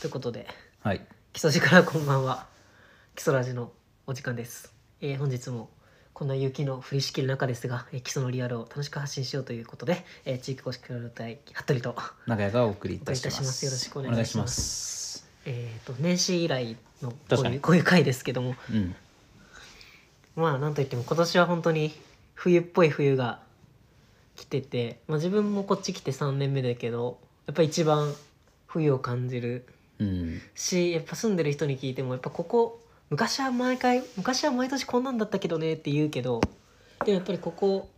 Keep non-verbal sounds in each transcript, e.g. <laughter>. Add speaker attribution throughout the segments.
Speaker 1: ということで
Speaker 2: はい。
Speaker 1: 基礎寺からこんばんは基礎ラジのお時間です、えー本日もこんな雪の降りしきる中ですが、えー、基礎のリアルを楽しく発信しようということで、えー地域公式協力隊服部と
Speaker 2: 長屋がお送りいたしま。
Speaker 1: お送りいたしますすよろしくお願いしますえー、と年始以来のこ
Speaker 2: 確
Speaker 1: う
Speaker 2: か
Speaker 1: い
Speaker 2: に
Speaker 1: うこういう回ですけども
Speaker 2: お願いします。
Speaker 1: まあなんといっても今年は本当に冬っぽい冬が来てて、まあ、自分もこっち来て3年目だけどやっぱ一番冬を感じる
Speaker 2: うん。うん。
Speaker 1: しやっぱ住んでる人に聞いてもやっぱここ昔は毎回昔は毎年こんなんだったけどねって言うけどでもやっぱりここ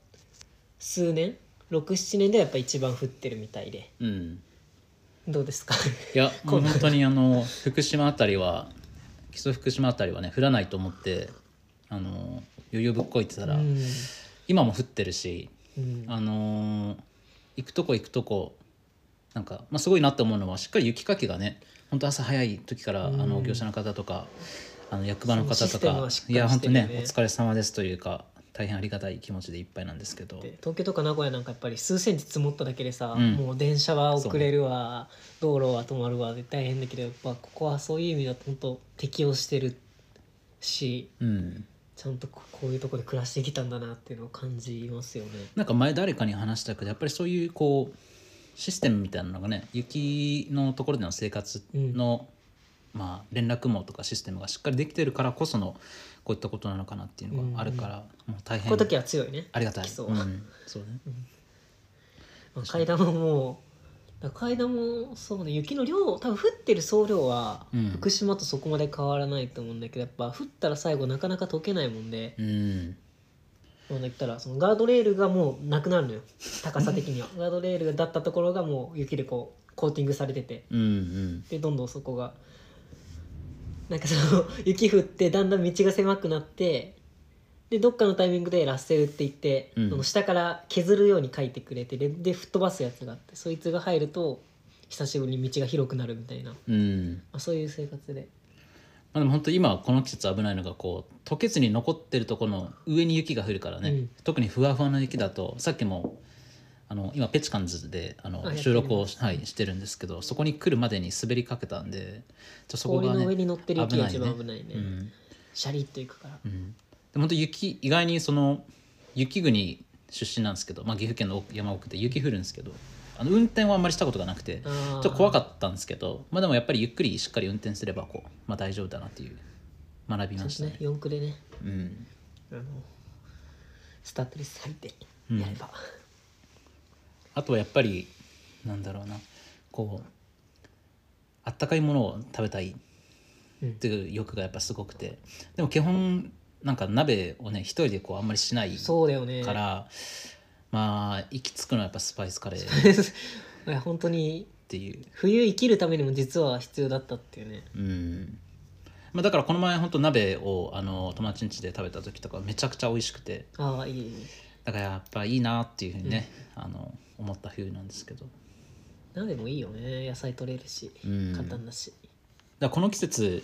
Speaker 1: 数年67年ではやっぱ一番降ってるみたいで
Speaker 2: うん。
Speaker 1: どうですか
Speaker 2: いや、も
Speaker 1: こ
Speaker 2: うん
Speaker 1: な
Speaker 2: 本当にあの福島あたりは、基礎福島あたりはね降らないと思って、あの余裕ぶっこいてたら、
Speaker 1: うん
Speaker 2: 今も降ってるし、
Speaker 1: うん
Speaker 2: あのー行くとこ行くとこなんか、まあ、すごいなって思うのはしっかり雪かきがね本当朝早い時から、
Speaker 1: うん
Speaker 2: あの業者の方とかあの役場の方
Speaker 1: そのシ
Speaker 2: と
Speaker 1: ステム
Speaker 2: か
Speaker 1: はしっか
Speaker 2: い
Speaker 1: り
Speaker 2: や本当
Speaker 1: して
Speaker 2: ね
Speaker 1: るよ
Speaker 2: お
Speaker 1: ね
Speaker 2: 疲れ様ですというか大変ありがたい気持ちでいっぱいなんですけど
Speaker 1: で東京とか名古屋なんかやっぱり数センチ積もっただけでさ、
Speaker 2: うん
Speaker 1: もう電車は遅れるわ道路は止まるわで大変だけどやっぱここはそういう意味だと本当適応してるし
Speaker 2: うん
Speaker 1: ちゃんとここういうとこで暮らしてきたんだなっていうのを感じますよね。
Speaker 2: なんか前誰かに話したけどやっぱりそういうこうシステムみたいなのがね雪のところでの生活の、まあ、連絡網とかシステムがしっかりできてるからこそのこういったことなのかなっていうのがあるから、もう大変
Speaker 1: こういう時は強いね。
Speaker 2: ありがたい。
Speaker 1: 基礎
Speaker 2: う
Speaker 1: は
Speaker 2: ん、そうね。
Speaker 1: まあ階段ももうだから階段もそうね雪の量多分降ってる総量は
Speaker 2: うん
Speaker 1: 福島とそこまで変わらないと思うんだけどやっぱ降ったら最後なかなか溶けないもんで、
Speaker 2: うん。
Speaker 1: まあ言ったらそのガードレールがもうなくなるのよ高さ的
Speaker 2: <laughs>
Speaker 1: にはガードレールだったところがもう雪でこうコーティングされてて
Speaker 2: うんうん。
Speaker 1: でどんどんそこがなんかその <laughs> 雪降ってだんだん道が狭くなってでどっかのタイミングでラッセルって言って、
Speaker 2: うん
Speaker 1: その下から削るように書いてくれてでで吹っ飛ばすやつがあってそいつが入ると久しぶりに道が広くなるみたいな、ま
Speaker 2: うん。ま
Speaker 1: あ、そういう生活で
Speaker 2: あでも本当今この季節危ないのがこう溶けずに残ってるところの上に雪が降るからね、
Speaker 1: うん
Speaker 2: 特にふわふわの雪だとさっきもあの今ペチカンズであ
Speaker 1: あやっ
Speaker 2: の
Speaker 1: てる
Speaker 2: 収録を、はい、してるんですけどそこに来るまでに滑りかけたんでちょそこ
Speaker 1: 氷
Speaker 2: が
Speaker 1: の上
Speaker 2: ね
Speaker 1: に乗ってる雪が一番危
Speaker 2: 危な
Speaker 1: ないいね
Speaker 2: ねうん
Speaker 1: シャリッといくから、
Speaker 2: うん、で本当雪意外にその雪国出身なんですけど、まあ、岐阜県の山奥で雪降るんですけどあの運転はあんまりしたことがなくて、ちょっと怖か
Speaker 1: っ
Speaker 2: ったんですけど、まあ、でもやっぱりゆっくりしっかり運転すればこう、まあ、大丈夫だなっていう学びましたね
Speaker 1: ね。四駆でね
Speaker 2: うん、
Speaker 1: あのスタッドレス履いて
Speaker 2: うん
Speaker 1: やれば、
Speaker 2: あとはやっぱりなんだろうなこうあったかいものを食べたいっていう欲がやっぱすごくてでも基本なんか鍋をね一人でこうあんまりしないか
Speaker 1: そうだよね
Speaker 2: ら、まあ行き着くのはやっぱスパイスカレーっ
Speaker 1: <laughs> いや本当に
Speaker 2: ていう
Speaker 1: 冬生きるためにも実は必要だったっていうね
Speaker 2: うん、まあ、だからこの前本当鍋をあの友達ん家で食べた時とかめちゃくちゃ美味しくて
Speaker 1: ああいいいい
Speaker 2: だからやっぱいいなっていうふうにね、あの思った冬なんですけど、
Speaker 1: 鍋もいいよね野菜取れるし、
Speaker 2: うん
Speaker 1: 簡単だし
Speaker 2: だからこの季節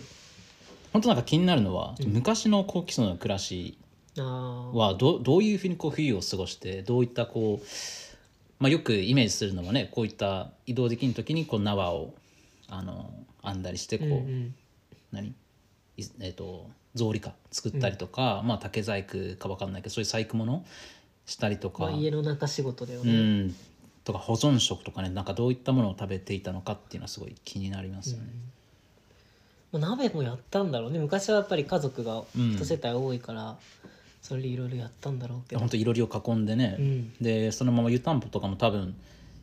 Speaker 2: 本当なんか気になるのは、
Speaker 1: うん
Speaker 2: 昔の高基礎の暮らし
Speaker 1: ああ
Speaker 2: はどどういうふうにこう冬を過ごしてどういったこう、まあ、よくイメージするのはねこういった移動できる時にこう縄をあの編んだりしてこう、
Speaker 1: うんうん
Speaker 2: 何いえっ、と草履か作ったりとか、まあ竹細工か分かんないけどそういう細工物したりとか、
Speaker 1: まあ、家の中仕事だよ
Speaker 2: う
Speaker 1: ね、
Speaker 2: ん、とか保存食とかねなんかどういったものを食べていたのかっていうのはすごい気になりますよね。
Speaker 1: まあ、鍋もやったんだろうね昔はやっぱり家族が
Speaker 2: うん
Speaker 1: 一世帯多いから、それでいろいろやったんだろうけど
Speaker 2: 本当いろりを囲んでね、
Speaker 1: うん
Speaker 2: でそのまま湯たんぽとかも多分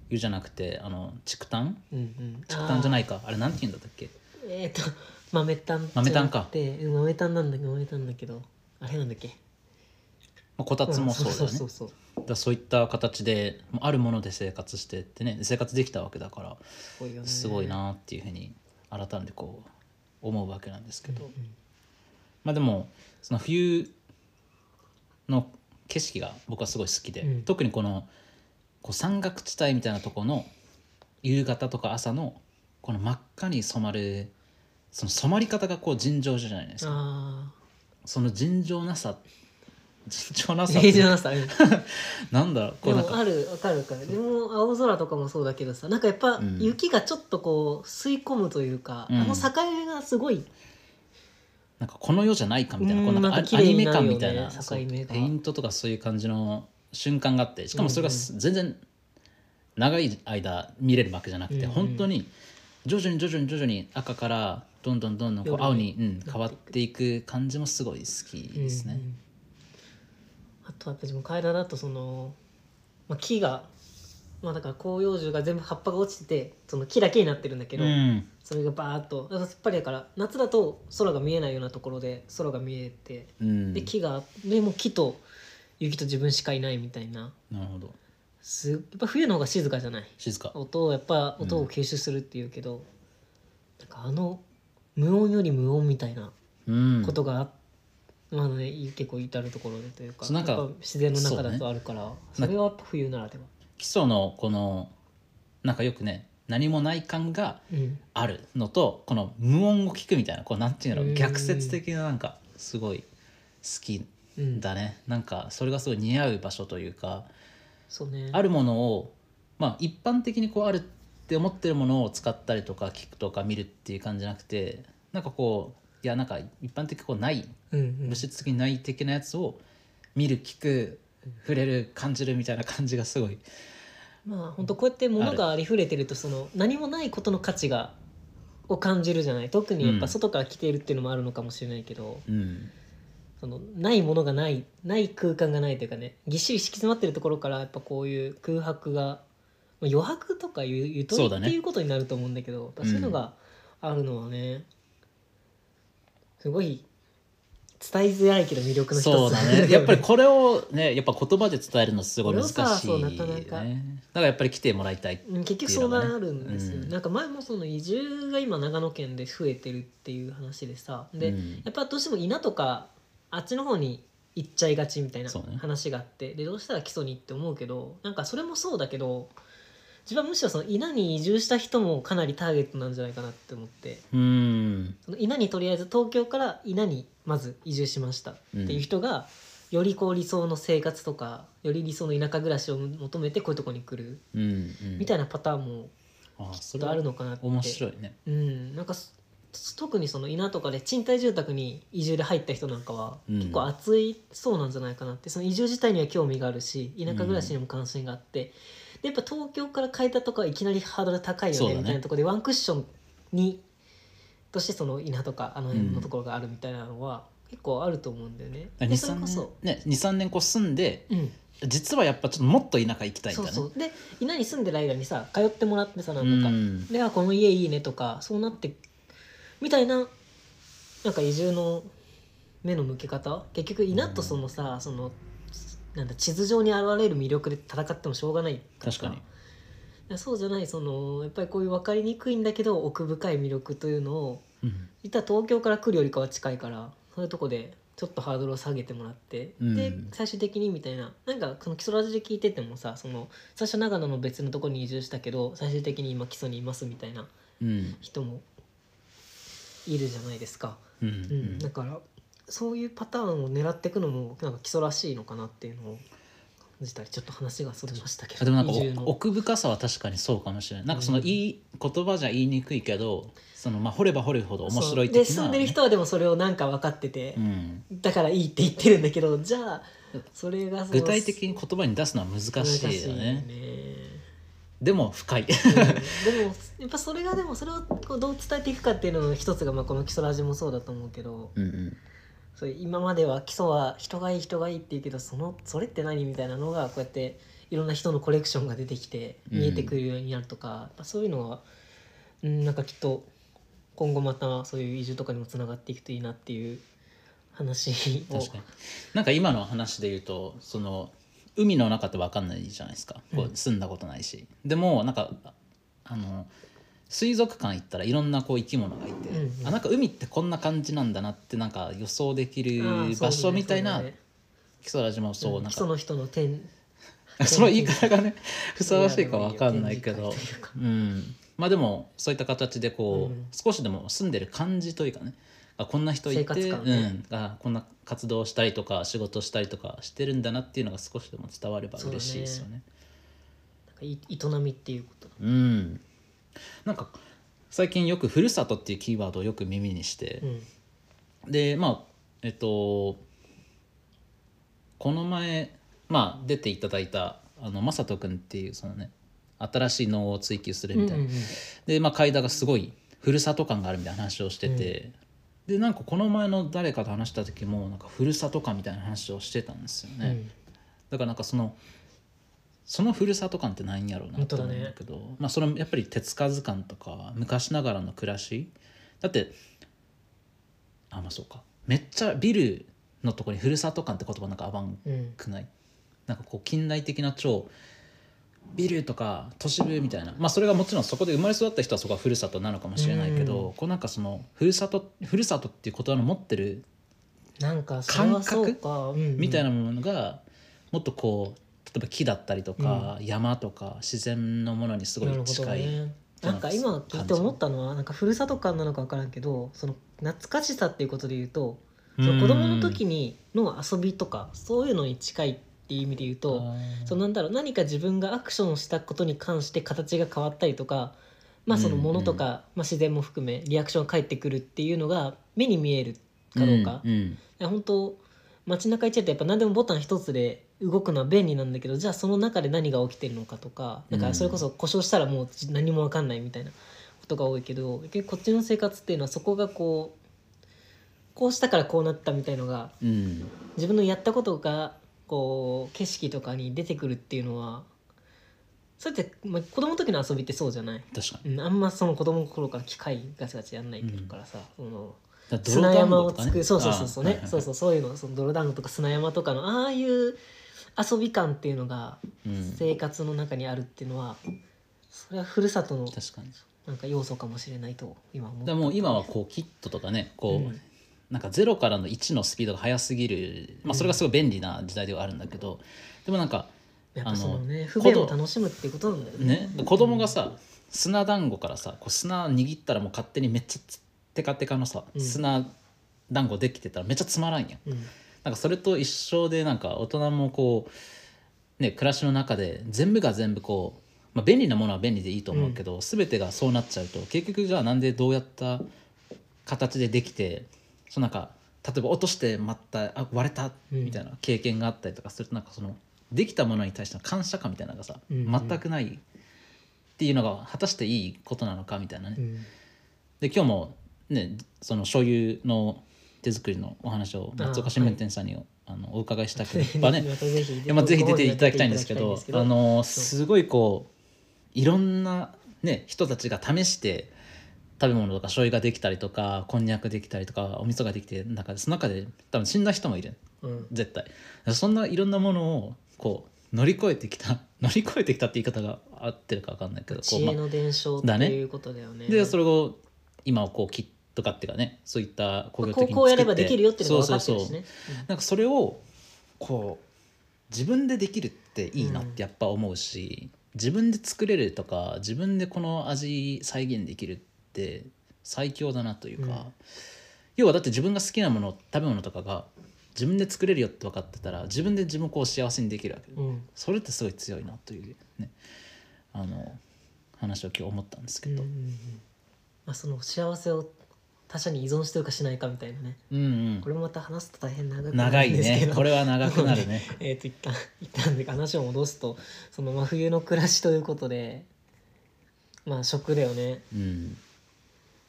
Speaker 2: 湯じゃなくてあの竹炭
Speaker 1: うんうん
Speaker 2: 竹炭じゃないいかあれなんて言うんだったっけ
Speaker 1: えっ、と豆炭
Speaker 2: 豆炭か
Speaker 1: で豆炭なんだけど豆炭だけどあれなんだっけ
Speaker 2: まあ、こたつもそうだよ
Speaker 1: そ
Speaker 2: ね、
Speaker 1: うそうそうそう
Speaker 2: だからそういった形でもうあるもので生活してってね生活できたわけだから
Speaker 1: すごいよね
Speaker 2: すごいなっていうふうに改めてこう思うわけなんですけど、
Speaker 1: うん
Speaker 2: まあでもその冬の景色が僕はすごい好きで、
Speaker 1: うん
Speaker 2: 特にこのこう山岳地帯みたいなところの夕方とか朝のこの真っ赤に染まるその染まり方がこう尋常じゃないですか
Speaker 1: あ <laughs>
Speaker 2: その尋常なさ尋常なさ
Speaker 1: 平常なさうん
Speaker 2: なんだろうこ
Speaker 1: で
Speaker 2: うなん
Speaker 1: も
Speaker 2: か
Speaker 1: あるわかるわかるでも青空とかもそうだけどさなんかやっぱ
Speaker 2: うん
Speaker 1: 雪がちょっとこう吸い込むというか、
Speaker 2: うん
Speaker 1: あの境目がすごい
Speaker 2: なんかこの世じゃないかみたいな,、
Speaker 1: うん
Speaker 2: こうなんか
Speaker 1: なんか
Speaker 2: ア
Speaker 1: 綺
Speaker 2: ニ
Speaker 1: 麗に
Speaker 2: メ
Speaker 1: なるよ
Speaker 2: 感
Speaker 1: ね
Speaker 2: みたいな、
Speaker 1: 境
Speaker 2: そう
Speaker 1: 目が
Speaker 2: ペイントとかそういう感じの瞬間があってしかもそれがす全然長い間見れるわけじゃなくて、
Speaker 1: うんうん
Speaker 2: 本当に徐々に徐々に徐々に赤からどんどんどんどんこう青に、うん、変わっていく感じもすごい好きですね
Speaker 1: うんう。んあと私も階段だとその、まあ、木が、まあ、だから広葉樹が全部葉っぱが落ちててその木だけになってるんだけ
Speaker 2: うん
Speaker 1: ど、それがバーっとだからやっぱりだから夏だと空が見えないようなところで空が見えて
Speaker 2: うん
Speaker 1: で木がでもう木と雪と自分しかいないみたいな
Speaker 2: なるほど
Speaker 1: すやっぱ冬の方が静かじゃない
Speaker 2: 静か
Speaker 1: 音をやっぱ音を吸収するっていうけど、なんかあの無音より無音みたいな
Speaker 2: うん
Speaker 1: ことが、まあね、結構至るところでというか
Speaker 2: そうなんか
Speaker 1: やっぱ自然の中だとあるからそ,、
Speaker 2: そうね
Speaker 1: れはやっぱ冬ならでは。
Speaker 2: 基礎のこのなんかよくね何もない感が
Speaker 1: うん
Speaker 2: あるのとこの無音を聞くみたいなこうなんていう
Speaker 1: う
Speaker 2: の
Speaker 1: ん
Speaker 2: 逆説的ななんかすごい好き
Speaker 1: うん、
Speaker 2: だねなんかそれがすごい似合う場所というか
Speaker 1: そうね
Speaker 2: あるものをまあ一般的にこうあるって思ってるものを使ったりとか聞くとか見るっていう感じじゃなくてなんかこういやなんか一般的にこうない
Speaker 1: うんうん
Speaker 2: 物質的にない的なやつを見る聞く触れる感じるみたいな感じがすごい
Speaker 1: まあ本当こうやって物がありふれてるとその何もないことの価値がを感じるじゃない特にやっ
Speaker 2: う
Speaker 1: ぱ
Speaker 2: ん
Speaker 1: 外から来ているっていうのもあるのかもしれないけど、
Speaker 2: うん
Speaker 1: そのないものがないない空間がないというかねぎっしり敷き詰まってるところからやっぱこういう空白がまあ余白とかいうゆとり
Speaker 2: そう
Speaker 1: っ
Speaker 2: だ
Speaker 1: て
Speaker 2: ね
Speaker 1: いうことになると思うんだけどそう,、いうのがあるのはねすごい伝えづらいけど魅力の一つ
Speaker 2: そう
Speaker 1: <laughs>
Speaker 2: だねやっぱりこれをねやっぱ言葉で伝えるのすごい難しい、ね、
Speaker 1: これをさそうなかなか
Speaker 2: だからやっぱり来てもらいたい
Speaker 1: うん結局そうなるんですよ、
Speaker 2: うん
Speaker 1: なんか前もその移住が今長野県で増えてるっていう話でさで、
Speaker 2: うん
Speaker 1: やっぱどうしても稲とかあっちの方に行っちゃいがちみたいな
Speaker 2: そうね
Speaker 1: 話があって、でどうしたら基礎にって思うけどなんかそれもそうだけど自分はむしろその稲に移住した人もかなりターゲットなんじゃないかなって思って
Speaker 2: うん
Speaker 1: その稲にとりあえず東京から稲にまず移住しましたっていう人が、よりこう理想の生活とかより理想の田舎暮らしを求めてこういうとこに来る
Speaker 2: うんうん
Speaker 1: みたいなパターンも
Speaker 2: あ
Speaker 1: ちょ
Speaker 2: そ
Speaker 1: っ
Speaker 2: れ
Speaker 1: とあ
Speaker 2: は
Speaker 1: るのかなって
Speaker 2: 面白いね
Speaker 1: うんなんかそ特にその稲とかで賃貸住宅に移住で入った人なんかは
Speaker 2: うん
Speaker 1: 結構熱いそうなんじゃないかなってその移住自体には興味があるし田舎暮らしにも関心があって、でやっぱ東京から変えたとかはいきなりハードル高いよ
Speaker 2: そう
Speaker 1: ね
Speaker 2: だね
Speaker 1: みたいなところでワンクッションにとしてその稲とかあの辺のところがあるみたいなのは結構あると思うんだよね。でそれ
Speaker 2: 23
Speaker 1: こ
Speaker 2: 年
Speaker 1: そ、
Speaker 2: ね、23年こう住んで
Speaker 1: うん、
Speaker 2: 実はやっぱちょっともっと田舎行きたいんだ
Speaker 1: そう
Speaker 2: ね
Speaker 1: そうで稲に住んでる間にさ通ってもらってさなん
Speaker 2: う
Speaker 1: とか、
Speaker 2: ん
Speaker 1: ではこの家いいねとかそうなってみたいななんか移住の目の向け方結局稲とそのさ、そのなんだ地図上に現れる魅力で戦ってもしょうがないら
Speaker 2: 確かに
Speaker 1: そうじゃないそのやっぱりこういう分かりにくいんだけど奥深い魅力というのを
Speaker 2: うん
Speaker 1: いた東京から来るよりかは近いからそういうとこでちょっとハードルを下げてもらって、
Speaker 2: うん
Speaker 1: で最終的にみたいななんかその基礎ラジで聞いててもさその最初長野の別のとこに移住したけど最終的に今基礎にいますみたいな
Speaker 2: うん
Speaker 1: 人もいるじゃないですか、
Speaker 2: うんう
Speaker 1: うん
Speaker 2: ん
Speaker 1: だからそういうパターンを狙っていくのもなんか基礎らしいのかなっていうのを感じたりちょっと話がそれましたけ
Speaker 2: あ
Speaker 1: ど
Speaker 2: でもなんか
Speaker 1: 移住
Speaker 2: お
Speaker 1: の
Speaker 2: 奥深さは確かにそうかもしれないなんかその
Speaker 1: うん
Speaker 2: 言い言葉じゃ言いにくいけどそのまあ掘れば掘るほど面白い
Speaker 1: そうで
Speaker 2: 的な
Speaker 1: 住ん
Speaker 2: ね
Speaker 1: でる人はでもそれをなんか分かってて
Speaker 2: う、ん
Speaker 1: だからいいって言ってるんだけどじゃあそれがその
Speaker 2: 具体的に言葉に出すのは難しいよねでも深い
Speaker 1: 難しいよねうんでもやっぱそれがでもそれをこうどう伝えていくかっていうのの一つが、まあ、この基礎ラジもそうだと思うけど
Speaker 2: うんうん
Speaker 1: そう今までは基礎は人がいい人がいいって言うけどそのそれって何みたいなのがこうやっていろんな人のコレクションが出てきて
Speaker 2: うん
Speaker 1: 見えてくるようになるとか、やっぱそういうのは、うん、なんかきっと今後またそういう移住とかにもつながっていくといいなっていう話を
Speaker 2: <laughs> 確かになんか今の話で言うとその海の中って分かんないじゃないですかこ
Speaker 1: う
Speaker 2: う住んだことないし、でもなんかあの水族館行ったらいろんなこう生き物がいて、
Speaker 1: うんうん
Speaker 2: あなんか海ってこんな感じなんだなってなんか予想でき
Speaker 1: <laughs>
Speaker 2: る
Speaker 1: あーそう
Speaker 2: 場所
Speaker 1: ね
Speaker 2: みたいな、
Speaker 1: そうだね
Speaker 2: 基礎ラジもそう
Speaker 1: うん
Speaker 2: なん
Speaker 1: 基礎
Speaker 2: か、
Speaker 1: の人の点
Speaker 2: <laughs> その言い方がねふさわしいか分かんないけ
Speaker 1: いや
Speaker 2: ど
Speaker 1: でもいいよ展示会というか
Speaker 2: うんまあでもそういった形でこう、
Speaker 1: うん
Speaker 2: 少しでも住んでる感じというかねあこんな人い
Speaker 1: 生活
Speaker 2: て、
Speaker 1: 感
Speaker 2: う
Speaker 1: ね
Speaker 2: ん、あこんな活動したりとか仕事したりとかしてるんだなっていうのが少しでも伝われば嬉しいですよね。
Speaker 1: なんかい営みっていうこと
Speaker 2: うん、なんか最近よく「ふるさと」っていうキーワードをよく耳にして
Speaker 1: う、ん
Speaker 2: でまあえっとこの前、まあ、出ていただいたあの雅人君っていうそのね新しい能を追求するみたいな、
Speaker 1: うんうんうん
Speaker 2: で、まあ、階段がすごいふるさと感があるみたいな話をしてて、でなんかこの前の誰かと話した時もなんかふるさと感みたいな話をしてたんですよね、だからなんかそのそのふるさと感ってなんやろうな
Speaker 1: 本当
Speaker 2: と
Speaker 1: だ
Speaker 2: 思
Speaker 1: ね
Speaker 2: うんだけどまあ、それもやっぱり手つかず感とか昔ながらの暮らしだってあまあそうかめっちゃビルのとこにふるさと感って言葉なんか合わん
Speaker 1: うんうん
Speaker 2: くないなんかこう近代的な超ビルとか都市部みたいなまあそれがもちろんそこで生まれ育った人はそこはふるさとなのかもしれないけど、
Speaker 1: うん
Speaker 2: こうなんかそのふるさとふるさとっていう言葉の持ってる
Speaker 1: なんかそれはそうか、うんうん
Speaker 2: みたいなものがもっとこう例えば木だったりとか、山とか自然のものにすご
Speaker 1: なる
Speaker 2: い
Speaker 1: ほど
Speaker 2: 近い、
Speaker 1: ねなんか今聞いて思ったのはなんかふるさと感なのか分からんけどその懐かしさっていうことで言うとその子供の時
Speaker 2: に
Speaker 1: にの遊びとかそういうのに近いっていう意味で言うと、そのなんだろう何か自分がアクションをしたことに関して形が変わったりとか、まあ、そのものとか、
Speaker 2: うん
Speaker 1: まあ、自然も含めリアクションが返ってくるっていうのが目に見えるかどうか、
Speaker 2: うんうん
Speaker 1: 本当街中行っちゃってやっぱ何でもボタン一つで動くのは便利なんだけどじゃあその中で何が起きてるのかとかなんかそれこそ故障したらもう何も分かんないみたいなことが多いけど結局こっちの生活っていうのはそこがこうこうしたからこうなったみたいのが
Speaker 2: うん
Speaker 1: 自分のやったことがこう景色とかに出てくるっていうのはそれって、まあ、子供の時の遊びってそうじゃない、
Speaker 2: 確かに
Speaker 1: うん、あんまその子供の頃から機械ガチガチやんないっていうからさ、その
Speaker 2: だから
Speaker 1: 砂山
Speaker 2: 泥
Speaker 1: を
Speaker 2: 団子とか
Speaker 1: 作る、そうそうそうそうね、
Speaker 2: あー
Speaker 1: そうそうそういうのその泥団子とか砂山とかのああいう遊び感っていうのが
Speaker 2: うん
Speaker 1: 生活の中にあるっていうのはそれはふるさとの
Speaker 2: 確かにだか
Speaker 1: なんか要素かもしれないと今思
Speaker 2: ら
Speaker 1: う。
Speaker 2: もう今はこうキットとかねこう、
Speaker 1: うん
Speaker 2: なんか0からの1のスピードが速すぎる、まあ、それがすごい便利な時代ではあるんだけど、でもなんか
Speaker 1: やっぱそのね
Speaker 2: あ
Speaker 1: 不
Speaker 2: の
Speaker 1: 便を楽しむっていうことなんだよね。
Speaker 2: ね子供がさ砂団子からさこう砂握ったらもう勝手にめっちゃつテカテカのさ
Speaker 1: うん
Speaker 2: 砂団子できてたらめっちゃつまらんやん
Speaker 1: うん
Speaker 2: なんかそれと一緒でなんか大人もこうね暮らしの中で全部が全部こう、まあ、便利なものは便利でいいと思うけど、全てがそうなっちゃうと結局じゃあなんでどうやった形でできてそのなんか例えば落としてまたあ割れた
Speaker 1: うん
Speaker 2: みたいな経験があったりとかするとなんかそのできたものに対しての感謝感みたいなのがさ、
Speaker 1: うんうん
Speaker 2: 全くないっていうのが果たしていいことなのかみたいなね、
Speaker 1: うん
Speaker 2: で今日もねその醤油の手作りのお話を松岡新聞店さんにあ、のお伺い <laughs> したけどやっ
Speaker 1: <laughs>
Speaker 2: ぱね
Speaker 1: またぜひ
Speaker 2: いやまあぜひ出ていただきたいんですけどあの
Speaker 1: そう
Speaker 2: すごいこういろんな、ね、人たちが試して食べ物とか醤油ができたりとかこんにゃくできたりとかお味噌ができてる中でその中で多分死んだ人もいる
Speaker 1: うん
Speaker 2: 絶対そんないろんなものをこう乗り越えてきた乗り越えてきたって言い方が合ってるか分かんないけどこう
Speaker 1: 知
Speaker 2: ま
Speaker 1: 恵
Speaker 2: あ
Speaker 1: の伝承って
Speaker 2: だね
Speaker 1: いうことだよね。
Speaker 2: でそれを今はこうキットかっていうかねそういった工業的に
Speaker 1: こうこうやればできるよっていうのが分かって
Speaker 2: そう
Speaker 1: る
Speaker 2: そ
Speaker 1: し
Speaker 2: うそう
Speaker 1: ね。
Speaker 2: なんかそれをこう自分でできるっていいなってやっぱ思うし、自分で作れるとか自分でこの味再現できるって最強だなというか、
Speaker 1: うん
Speaker 2: 要はだって自分が好きなもの食べ物とかが自分で作れるよって分かってたら自分で自分をこう幸せにできるわけで、
Speaker 1: うんうん
Speaker 2: それってすごい強いなというねあの話を今日思ったんですけ
Speaker 1: うん
Speaker 2: ど。
Speaker 1: まあその幸せを他者に依存してるかしないかみたいなね。
Speaker 2: うんうん
Speaker 1: これもまた話すと大変長くな
Speaker 2: 長
Speaker 1: る
Speaker 2: い
Speaker 1: んですけ
Speaker 2: ね
Speaker 1: <laughs> ど。
Speaker 2: これ <laughs> は長くなるね
Speaker 1: えっと一旦一旦で話を戻すとその真冬の暮らしということで、まあ食だよね。
Speaker 2: うん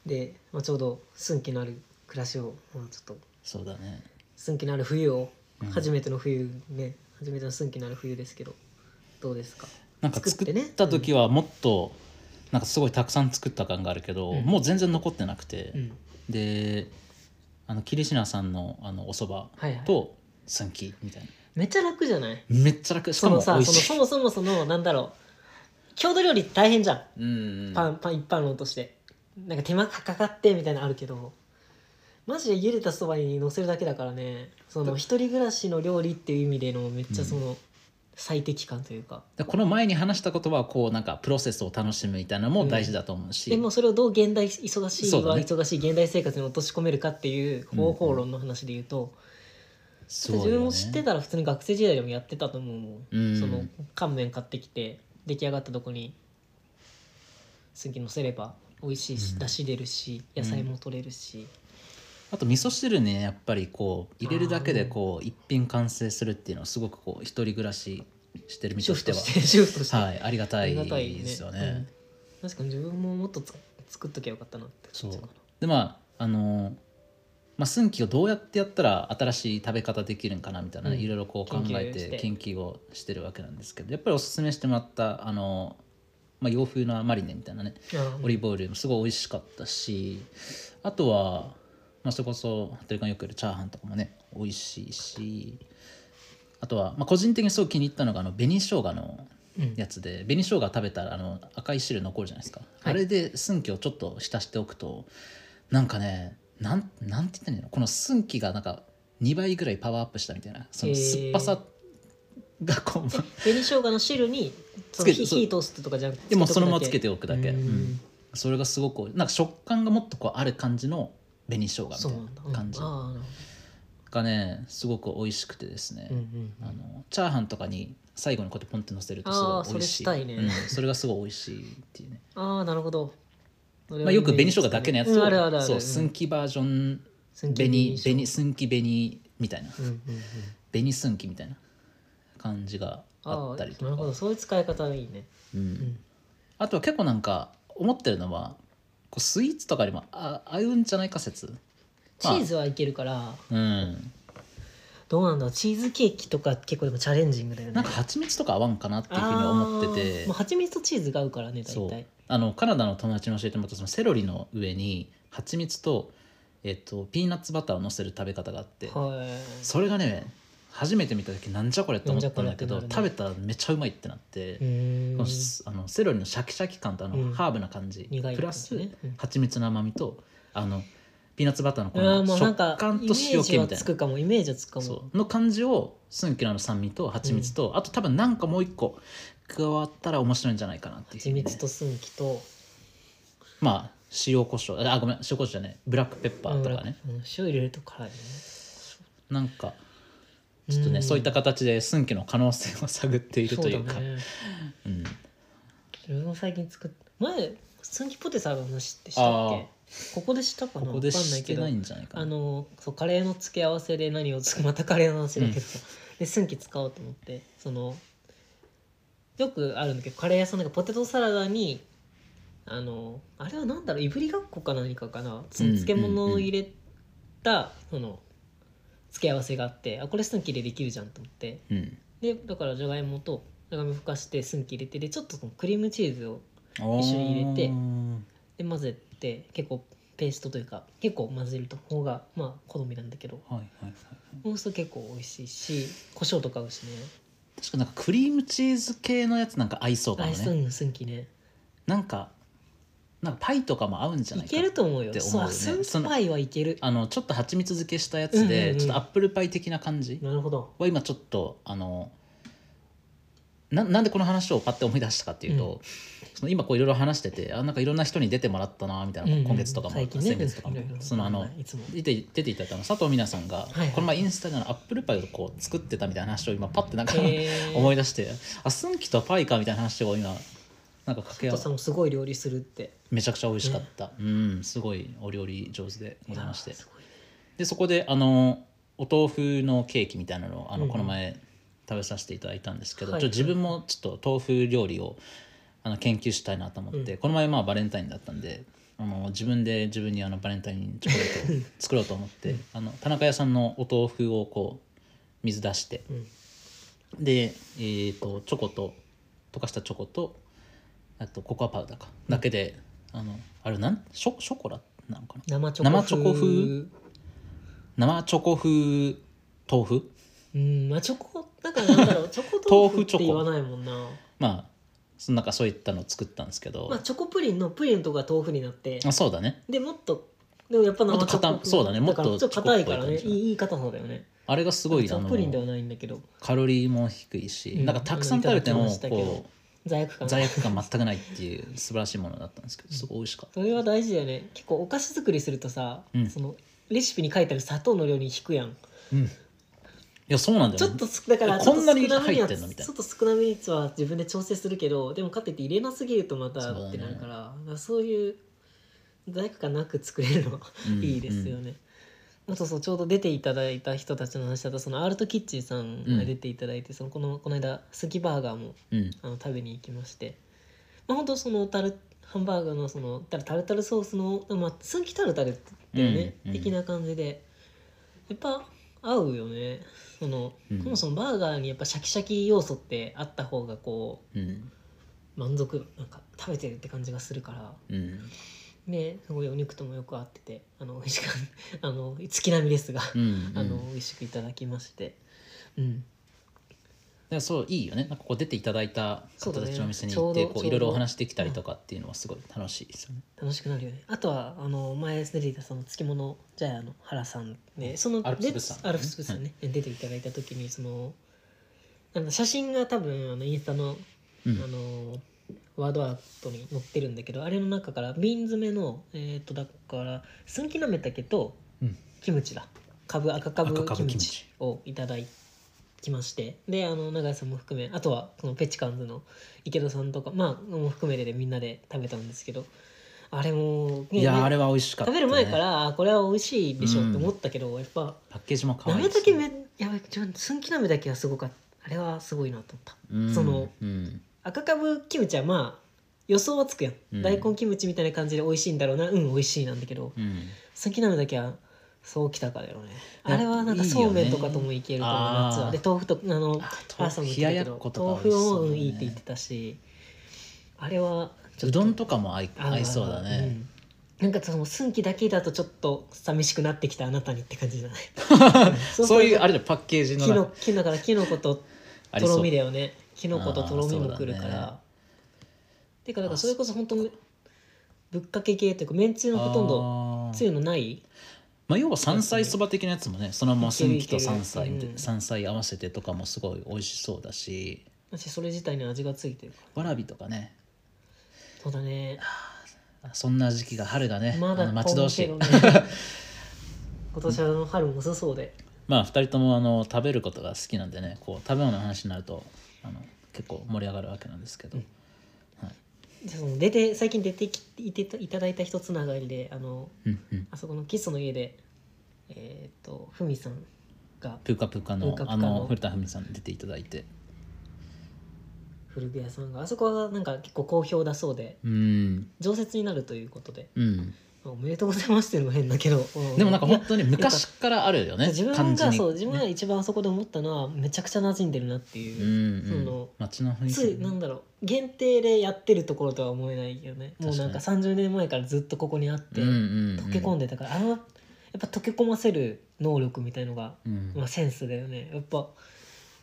Speaker 1: で、まあちょうど寸気のある暮らしをまあちょっと
Speaker 2: そうだね
Speaker 1: 寸気のある冬を、
Speaker 2: うん
Speaker 1: 初めての冬ね初めての寸気のある冬ですけどどうですか
Speaker 2: なんか
Speaker 1: 作
Speaker 2: 作
Speaker 1: ってね
Speaker 2: った時はもっとなんかすごいたくさん作った感があるけど、
Speaker 1: うん
Speaker 2: もう全然残ってなくて、
Speaker 1: うん
Speaker 2: であの桐島さんのあのおそば
Speaker 1: はいはい
Speaker 2: と寸木みたいな、
Speaker 1: めっちゃ楽じゃない
Speaker 2: めっちゃ楽し
Speaker 1: そ
Speaker 2: かも
Speaker 1: の
Speaker 2: 美
Speaker 1: さ
Speaker 2: 味
Speaker 1: その
Speaker 2: し
Speaker 1: そ
Speaker 2: い
Speaker 1: もそもそのなんだろう郷土料理って大変じゃん
Speaker 2: うんうん
Speaker 1: パンパン一般論としてなんか手間かかってみたいなのあるけどマジで茹でたそばに乗せるだけだからねその一人暮らしの料理っていう意味でのめっちゃその、最適感というか
Speaker 2: だからこの前に話したことはこうなんかプロセスを楽しむみたいなのも大事だと思うし、
Speaker 1: でもそれをどう現代忙しい
Speaker 2: そうだ
Speaker 1: は
Speaker 2: ね
Speaker 1: 忙しい現代生活に落とし込めるかっていう方法論の話で言うと、
Speaker 2: そう
Speaker 1: 自分も知ってたら普通に学生時代でもやってたと思うもん、
Speaker 2: うん
Speaker 1: その乾麺買ってきて出来上がったとこに次のせれば美味しいし、
Speaker 2: うん
Speaker 1: 出汁出るし野菜も取れるし、
Speaker 2: あと味噌汁ねやっぱりこう入れるだけでこう一品完成するっていうのはすごくこう一人暮らししてる身
Speaker 1: 主婦
Speaker 2: として
Speaker 1: と
Speaker 2: は
Speaker 1: して主婦として、
Speaker 2: はいありがた
Speaker 1: あ
Speaker 2: い
Speaker 1: りがたい
Speaker 2: ですよね。
Speaker 1: うん確かに自分ももっとつ作っときゃよかったなって
Speaker 2: そう
Speaker 1: 感じかな
Speaker 2: でまああのまあ、寸気をどうやってやったら新しい食べ方できるんかなみたいな、
Speaker 1: うん
Speaker 2: いろいろこう考え
Speaker 1: 研究して
Speaker 2: て研究をしてるわけなんですけどやっぱりおすすめしてもらったあの、まあ、洋風なマリネみたいなね
Speaker 1: あー
Speaker 2: オリーブオイルもすごい美味しかったしあとは、まあ、それこそ服部君よくやるチャーハンとかもね美味しいしあとは、まあ、個人的にすごい気に入ったのがあの紅生姜の
Speaker 1: うん
Speaker 2: やつで紅生姜食べたらあの赤い汁残るじゃないですか、
Speaker 1: はい
Speaker 2: あれで寸気をちょっと浸しておくとなんかねなんなんて言ったらいいのこの寸気がなんか2倍ぐらいパワーアップしたみたいなその酸っぱさがこう、
Speaker 1: 紅生姜の汁にその
Speaker 2: つけ
Speaker 1: 火
Speaker 2: そう
Speaker 1: 火通すとかじゃなくて
Speaker 2: <laughs> でもそのままつけておくだけ、
Speaker 1: うん
Speaker 2: うんそれがすごくなんか食感がもっとこうある感じの紅生姜み
Speaker 1: そうなんだ
Speaker 2: た
Speaker 1: う
Speaker 2: い
Speaker 1: ん
Speaker 2: な感じ
Speaker 1: あ
Speaker 2: がねすごく美味しくてですね、
Speaker 1: ーうんうん
Speaker 2: あのチャーハンとかに最後にこうやってポンってのせるとすごい美味しい
Speaker 1: あーそれしたいね
Speaker 2: うんそれがすごい美味しいっ
Speaker 1: <laughs>
Speaker 2: ていうね、
Speaker 1: あーなるほど、
Speaker 2: まあ、よく紅生姜だけのやつ
Speaker 1: うん
Speaker 2: を、
Speaker 1: あるあるある
Speaker 2: そううんすんきバージョン
Speaker 1: 寸
Speaker 2: 紅
Speaker 1: 紅生姜
Speaker 2: 紅すんき紅みたいな
Speaker 1: うんうんうん
Speaker 2: 紅すんきみたいな感じがあ
Speaker 1: あ
Speaker 2: ったり
Speaker 1: ー
Speaker 2: と
Speaker 1: なる
Speaker 2: か
Speaker 1: ほどそういう使い方がいいね
Speaker 2: うん
Speaker 1: ん
Speaker 2: あとは結構なんか思ってるのはこうスイーツとかにもあ合うんじゃないか説
Speaker 1: チーズはいけるから
Speaker 2: うん
Speaker 1: どうなんだろうチーズケーキとか結構でもチャレンジングだよね
Speaker 2: なんか蜂蜜とか合わんかなっていうふうに思って
Speaker 1: あー
Speaker 2: て
Speaker 1: まあ、蜂蜜とチーズが合うからね
Speaker 2: そ
Speaker 1: 大
Speaker 2: う
Speaker 1: 体
Speaker 2: あのカナダの友達に教えてもらったそのセロリの上に蜂蜜と、えっと、ピーナッツバターをのせる食べ方があって
Speaker 1: は
Speaker 2: それがね初めて見た時なんじゃこれって思ったんだけど、
Speaker 1: なんじゃこ
Speaker 2: 食
Speaker 1: れ
Speaker 2: べたらめちゃうまいってなって
Speaker 1: い、うん
Speaker 2: このすあのセロリのシャキシャキ感とあの、
Speaker 1: うん
Speaker 2: ハーブな感じ
Speaker 1: 苦い感じ
Speaker 2: プラス、
Speaker 1: ねうん
Speaker 2: 蜂蜜の甘みとあのピーナッツバターのこ
Speaker 1: あーも
Speaker 2: の
Speaker 1: うなんか
Speaker 2: 食感と塩気
Speaker 1: イメー
Speaker 2: み
Speaker 1: ジ
Speaker 2: た
Speaker 1: はいつ
Speaker 2: な
Speaker 1: くかもイメージはつくかも
Speaker 2: そうの感じをスンキュラの酸味と蜂蜜と、あと多分なんかもう一個加わったら面白いんじゃないかなっていう
Speaker 1: 蜂蜜とスンキと
Speaker 2: まあ塩コショウあごめん塩コショウじゃないブラックペッパーとかね、
Speaker 1: うん塩入れると辛いね
Speaker 2: なんかちょっとね、
Speaker 1: ん
Speaker 2: そういった形でスンキュの可能性を探っているというか
Speaker 1: そうだね
Speaker 2: ん、
Speaker 1: 自分も最近作っ前スンキポテサラの話ってしたっ
Speaker 2: あー
Speaker 1: けここでしたか
Speaker 2: こ
Speaker 1: な
Speaker 2: こで
Speaker 1: わかんな
Speaker 2: し
Speaker 1: いけ
Speaker 2: て
Speaker 1: ど
Speaker 2: ないんじゃないかな
Speaker 1: あのそうカレーの付け合わせで何をつまたカレーの話だけど、でスンキ使おうと思ってそのよくあるんだけどカレー屋さんなんかポテトサラダにあのあれはなんだろういぶりがっこか何かかなその漬物を入れた、その付け合わせがあってあこれスンキでできるじゃんと思って
Speaker 2: うん
Speaker 1: でだからじゃがいもとじゃがいもふかしてスンキ入れてでちょっとそのクリームチーズを一緒に入れて
Speaker 2: あー
Speaker 1: で混ぜて結構ペーストというか結構混ぜると方がまあ好みなんだけど
Speaker 2: はいはいはい
Speaker 1: もうすると結構美味しいし胡椒とか合うしね
Speaker 2: 確かなんかクリームチーズ系のやつなんか合いそうか
Speaker 1: ア
Speaker 2: も
Speaker 1: イス
Speaker 2: ね
Speaker 1: ンスンキね
Speaker 2: なんかなんかパイとかも合うんじゃ
Speaker 1: い
Speaker 2: ないか
Speaker 1: けると思うよ
Speaker 2: って思う
Speaker 1: そ
Speaker 2: よ
Speaker 1: う
Speaker 2: ね
Speaker 1: スン
Speaker 2: そ
Speaker 1: キ
Speaker 2: の
Speaker 1: パイはいける
Speaker 2: あのちょっと蜂蜜漬けしたやつで、
Speaker 1: うんうんうん
Speaker 2: ちょっとアップルパイ的な感じ
Speaker 1: なるほど
Speaker 2: は今ちょっとあのななんでこの話をパッて思い出したかっていうと、
Speaker 1: う
Speaker 2: その今こういろいろ話しててあなんかいろんな人に出てもらったなみたいな、
Speaker 1: うんうん
Speaker 2: 今月とかも、
Speaker 1: 最近ね
Speaker 2: 先月とかも
Speaker 1: いろいろ
Speaker 2: そのあの
Speaker 1: いつも
Speaker 2: 出て出ていただいたの佐藤美奈さんが、
Speaker 1: いはい
Speaker 2: この前インスタであのアップルパイをこう作ってたみたいな話を今パッてなんか、
Speaker 1: へー
Speaker 2: <laughs> 思い出してあスンキとパイかみたいな話を今なんか掛け
Speaker 1: お父
Speaker 2: 合わ
Speaker 1: さんもすごい料理するって
Speaker 2: めちゃくちゃ美味しかった、うんすごいお料理上手でございまして
Speaker 1: やーすごいね
Speaker 2: でそこであのお豆腐のケーキみたいなのをあ
Speaker 1: う
Speaker 2: の
Speaker 1: ん
Speaker 2: この前食べさせていただいたんですけど、
Speaker 1: はい
Speaker 2: ちょっと自分もちょっと豆腐料理をあの研究したいなと思って、この前まあバレンタインだったんであの自分で自分にあのバレンタインチョコレートを作ろうと思ってあの田中屋さんのお豆腐をこう水出して
Speaker 1: うん
Speaker 2: で、えー、とチョコと溶かしたチョコとあとココアパウダーかだけで、あのあれなんショショコラなのかな
Speaker 1: 生チョコ
Speaker 2: 生チョコ風生チョコ風豆腐
Speaker 1: うんまあチョコだからなんだろうチョコ豆
Speaker 2: 豆
Speaker 1: 腐
Speaker 2: 腐
Speaker 1: っ
Speaker 2: チョ
Speaker 1: て
Speaker 2: コ
Speaker 1: 言わない
Speaker 2: <laughs>
Speaker 1: もんな
Speaker 2: まあそのなんかそういったのを作ったんですけど、
Speaker 1: まあチョコプリンのプリンのとこが豆腐になって
Speaker 2: あ、そうだね
Speaker 1: でもっとでもやっぱ
Speaker 2: もっ
Speaker 1: 生
Speaker 2: と
Speaker 1: チョコ
Speaker 2: 硬そうだねもっと
Speaker 1: からちょっと硬いからね
Speaker 2: チョコっぽい感じ
Speaker 1: いいいい硬さだよね
Speaker 2: あれがすごいあ
Speaker 1: ザプリンでは
Speaker 2: の
Speaker 1: ないんだけど
Speaker 2: カロリーも低いし、
Speaker 1: うん
Speaker 2: なんかたくさん食べて
Speaker 1: い
Speaker 2: も
Speaker 1: ただきましたけど
Speaker 2: こ
Speaker 1: 罪悪
Speaker 2: う
Speaker 1: 感
Speaker 2: 罪悪感全くないっていう素晴らしいものだったんですけどすごい美味しかった
Speaker 1: それは大事だよね結構お菓子作りするとさ、
Speaker 2: うん
Speaker 1: そのレシピに書いてある砂糖の量に引くやん
Speaker 2: うんいやそうなんだ
Speaker 1: ち
Speaker 2: よ
Speaker 1: ょ
Speaker 2: ね
Speaker 1: っとだから
Speaker 2: こんなに
Speaker 1: ちょっと少めは
Speaker 2: 入ってんのみたいな
Speaker 1: ちょっと少なめには自分で調整するけどでもかといって入れなすぎるとまた
Speaker 2: そうだね
Speaker 1: ってなるからだからそういう罪悪感なく作れるのは
Speaker 2: うん
Speaker 1: いいですよね。あとそうちょうど出ていただいた人たちの話だとそのアールトキッチンさんが出ていただいて、そのこのこの間スキバーガーも
Speaker 2: うんうん
Speaker 1: あの食べに行きまして、まあ本当そのタルハンバーガーのそのタルタルタルソースの、まあ、スンキタルタルだよね、
Speaker 2: うんうん
Speaker 1: 的な感じでやっぱ合うよねその、
Speaker 2: うん
Speaker 1: そもそもバーガーにやっぱシャキシャキ要素ってあった方がこ
Speaker 2: うん
Speaker 1: う満足なんか食べてるって感じがするから
Speaker 2: うん
Speaker 1: ねすごいお肉ともよく合っててあの美味しく <laughs> あの月並みですが、
Speaker 2: うん
Speaker 1: あの美味しくいただきましてうん
Speaker 2: でもそういいよねなんかこう出ていただいた
Speaker 1: そう
Speaker 2: 方
Speaker 1: だね
Speaker 2: たちのお店に行って
Speaker 1: ちょうど
Speaker 2: こ
Speaker 1: ちょうど
Speaker 2: ういろいろお話できたりとかっていうのはすごい楽しいですよね。
Speaker 1: 楽しくなるよねあとはあの前出ていたその漬物じゃああの原さんねその
Speaker 2: アルプスブースさん
Speaker 1: でアルプスブースさんね、出ていただいた時にそのあの写真が多分あのインスタの,、
Speaker 2: う
Speaker 1: あ
Speaker 2: ん
Speaker 1: のワードアートに載ってるんだけどあれの中から瓶詰めのえっ、とだからスンキナメタケと
Speaker 2: うん
Speaker 1: キムチだかぶ赤かぶ
Speaker 2: 赤か
Speaker 1: キ
Speaker 2: ぶ
Speaker 1: ム
Speaker 2: キム
Speaker 1: チ
Speaker 2: チ
Speaker 1: をいただきましてであの永井さんも含めあとはこのペチカンズの池田さんとかまあも含めてでみんなで食べたんですけどあれも、ね
Speaker 2: いやー
Speaker 1: ね
Speaker 2: あれは美味しかった、
Speaker 1: 食
Speaker 2: ね、
Speaker 1: べる前からあこれは美味しいでしょって思ったけど、やっぱ
Speaker 2: パッケージも可
Speaker 1: な
Speaker 2: 愛
Speaker 1: め
Speaker 2: いです
Speaker 1: だけ
Speaker 2: ね
Speaker 1: めやばい自分すんきなめだけはすごかったあれはすごいなと思った
Speaker 2: うん
Speaker 1: その
Speaker 2: うん
Speaker 1: 赤かぶキムチはまあ予想はつくやん、
Speaker 2: うん
Speaker 1: 大根キムチみたいな感じで美味しいんだろうなうん美味しいなんだけど
Speaker 2: うん
Speaker 1: すんきなめだけはそうきたかだよね
Speaker 2: いや
Speaker 1: あれはなんか
Speaker 2: いいよ
Speaker 1: そうめん
Speaker 2: ね
Speaker 1: とかともいけると思う
Speaker 2: あー
Speaker 1: 夏はで豆腐とあの
Speaker 2: あ
Speaker 1: 母さんも言ってた
Speaker 2: 冷
Speaker 1: け
Speaker 2: ややっ
Speaker 1: ど
Speaker 2: ことか
Speaker 1: 豆腐
Speaker 2: 美味し
Speaker 1: も
Speaker 2: そう
Speaker 1: う
Speaker 2: だ
Speaker 1: ん
Speaker 2: ね
Speaker 1: いいって言ってたしあれはちょっ
Speaker 2: う
Speaker 1: と
Speaker 2: どんとかも合い
Speaker 1: あー
Speaker 2: 合いそうだね、
Speaker 1: うんなんかその寸気だけだとちょっと寂しくなってきたあなたにって感じじ
Speaker 2: <laughs>
Speaker 1: ゃないそう
Speaker 2: そういうあ
Speaker 1: れ
Speaker 2: れだよパッケージの
Speaker 1: きの
Speaker 2: 中
Speaker 1: きだからきのこと
Speaker 2: あ
Speaker 1: と
Speaker 2: りそ
Speaker 1: ろ
Speaker 2: う
Speaker 1: みだよねきのこととろみも
Speaker 2: あー
Speaker 1: くるか
Speaker 2: そうだね
Speaker 1: らてかだからそれこそ本当にぶっかけ系というかめんつゆのほとんど
Speaker 2: あー
Speaker 1: つゆのない
Speaker 2: まあ、要は山菜そば的なやつもねそのまますんきと山
Speaker 1: い
Speaker 2: 菜
Speaker 1: けるいけるうん
Speaker 2: で山菜合わせてとかもすごい美味しそうだし
Speaker 1: だしそれ自体に味がついてるから
Speaker 2: わらびとかね
Speaker 1: そうだね
Speaker 2: あそんな時期が春がね、
Speaker 1: ま
Speaker 2: あ
Speaker 1: だ
Speaker 2: の待ち遠しい
Speaker 1: この手のね今年はあの春も遅そうで
Speaker 2: <laughs> まあ2人ともあの食べることが好きなんでねこう食べ物の話になるとあの結構盛り上がるわけなんですけど、
Speaker 1: じゃあその出て最近出てきていていただいた人つながりであの
Speaker 2: うんうん、
Speaker 1: あそこのキスの家でえっ、とふみさんが
Speaker 2: プーカプーカの
Speaker 1: プーカプー
Speaker 2: あ
Speaker 1: カの
Speaker 2: の古田文さんに出ていただいて
Speaker 1: 古着屋さんがあそこはなんか結構好評だそうで
Speaker 2: うん
Speaker 1: 常設になるということで
Speaker 2: うん
Speaker 1: おめでとうございますっていうのも変だけど
Speaker 2: でもなんか
Speaker 1: いや
Speaker 2: 本当に昔からあるよね
Speaker 1: 自分
Speaker 2: 感じ
Speaker 1: が
Speaker 2: に
Speaker 1: そう自分が一番あそこで思ったのはめちゃくちゃ馴染んでるなって
Speaker 2: う
Speaker 1: いう、
Speaker 2: んうん
Speaker 1: その
Speaker 2: 街の雰囲気
Speaker 1: ついなんだろう限定でやってるところとは思えないよねもうなんか30年前からずっとここにあって、
Speaker 2: うんうん
Speaker 1: 溶け込んでたからあのやっぱ溶け込ませる能力みたいのが
Speaker 2: うん
Speaker 1: まあ、センスだよねやっぱ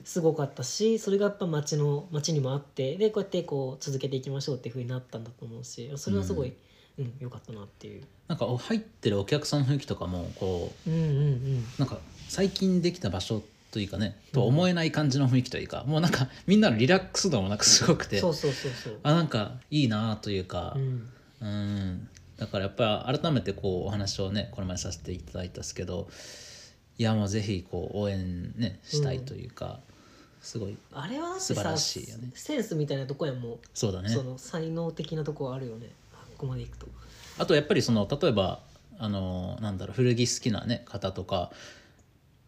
Speaker 1: すごかったしそれがやっぱ町の町にもあってでこうやってこう続けていきましょうっていうふうになったんだと思うしそれはすごい、うん良かったなっていう
Speaker 2: なんかお入ってるお客さんの雰囲気とかもこう
Speaker 1: うんうんうん
Speaker 2: なんか最近できた場所というかね、とは思えない感じの雰囲気というかもうなんかみんなのリラックス度もなんかすごくて
Speaker 1: そうそうそうそう
Speaker 2: <laughs> あなんかいいなというか
Speaker 1: うん
Speaker 2: うんだからやっぱり改めてこうお話をねこの前させていただいたんですけどいやもうぜひこう応援ねしたいというか、すごい
Speaker 1: あれはだって
Speaker 2: 素晴
Speaker 1: さ、
Speaker 2: らしいよね
Speaker 1: センスみたいなとこやんも
Speaker 2: そうだ
Speaker 1: う、
Speaker 2: ね
Speaker 1: その才能的なとこはあるよねあここまでいくと
Speaker 2: あとやっぱりその例えばあのなんだろう古着好きな、ね、方とか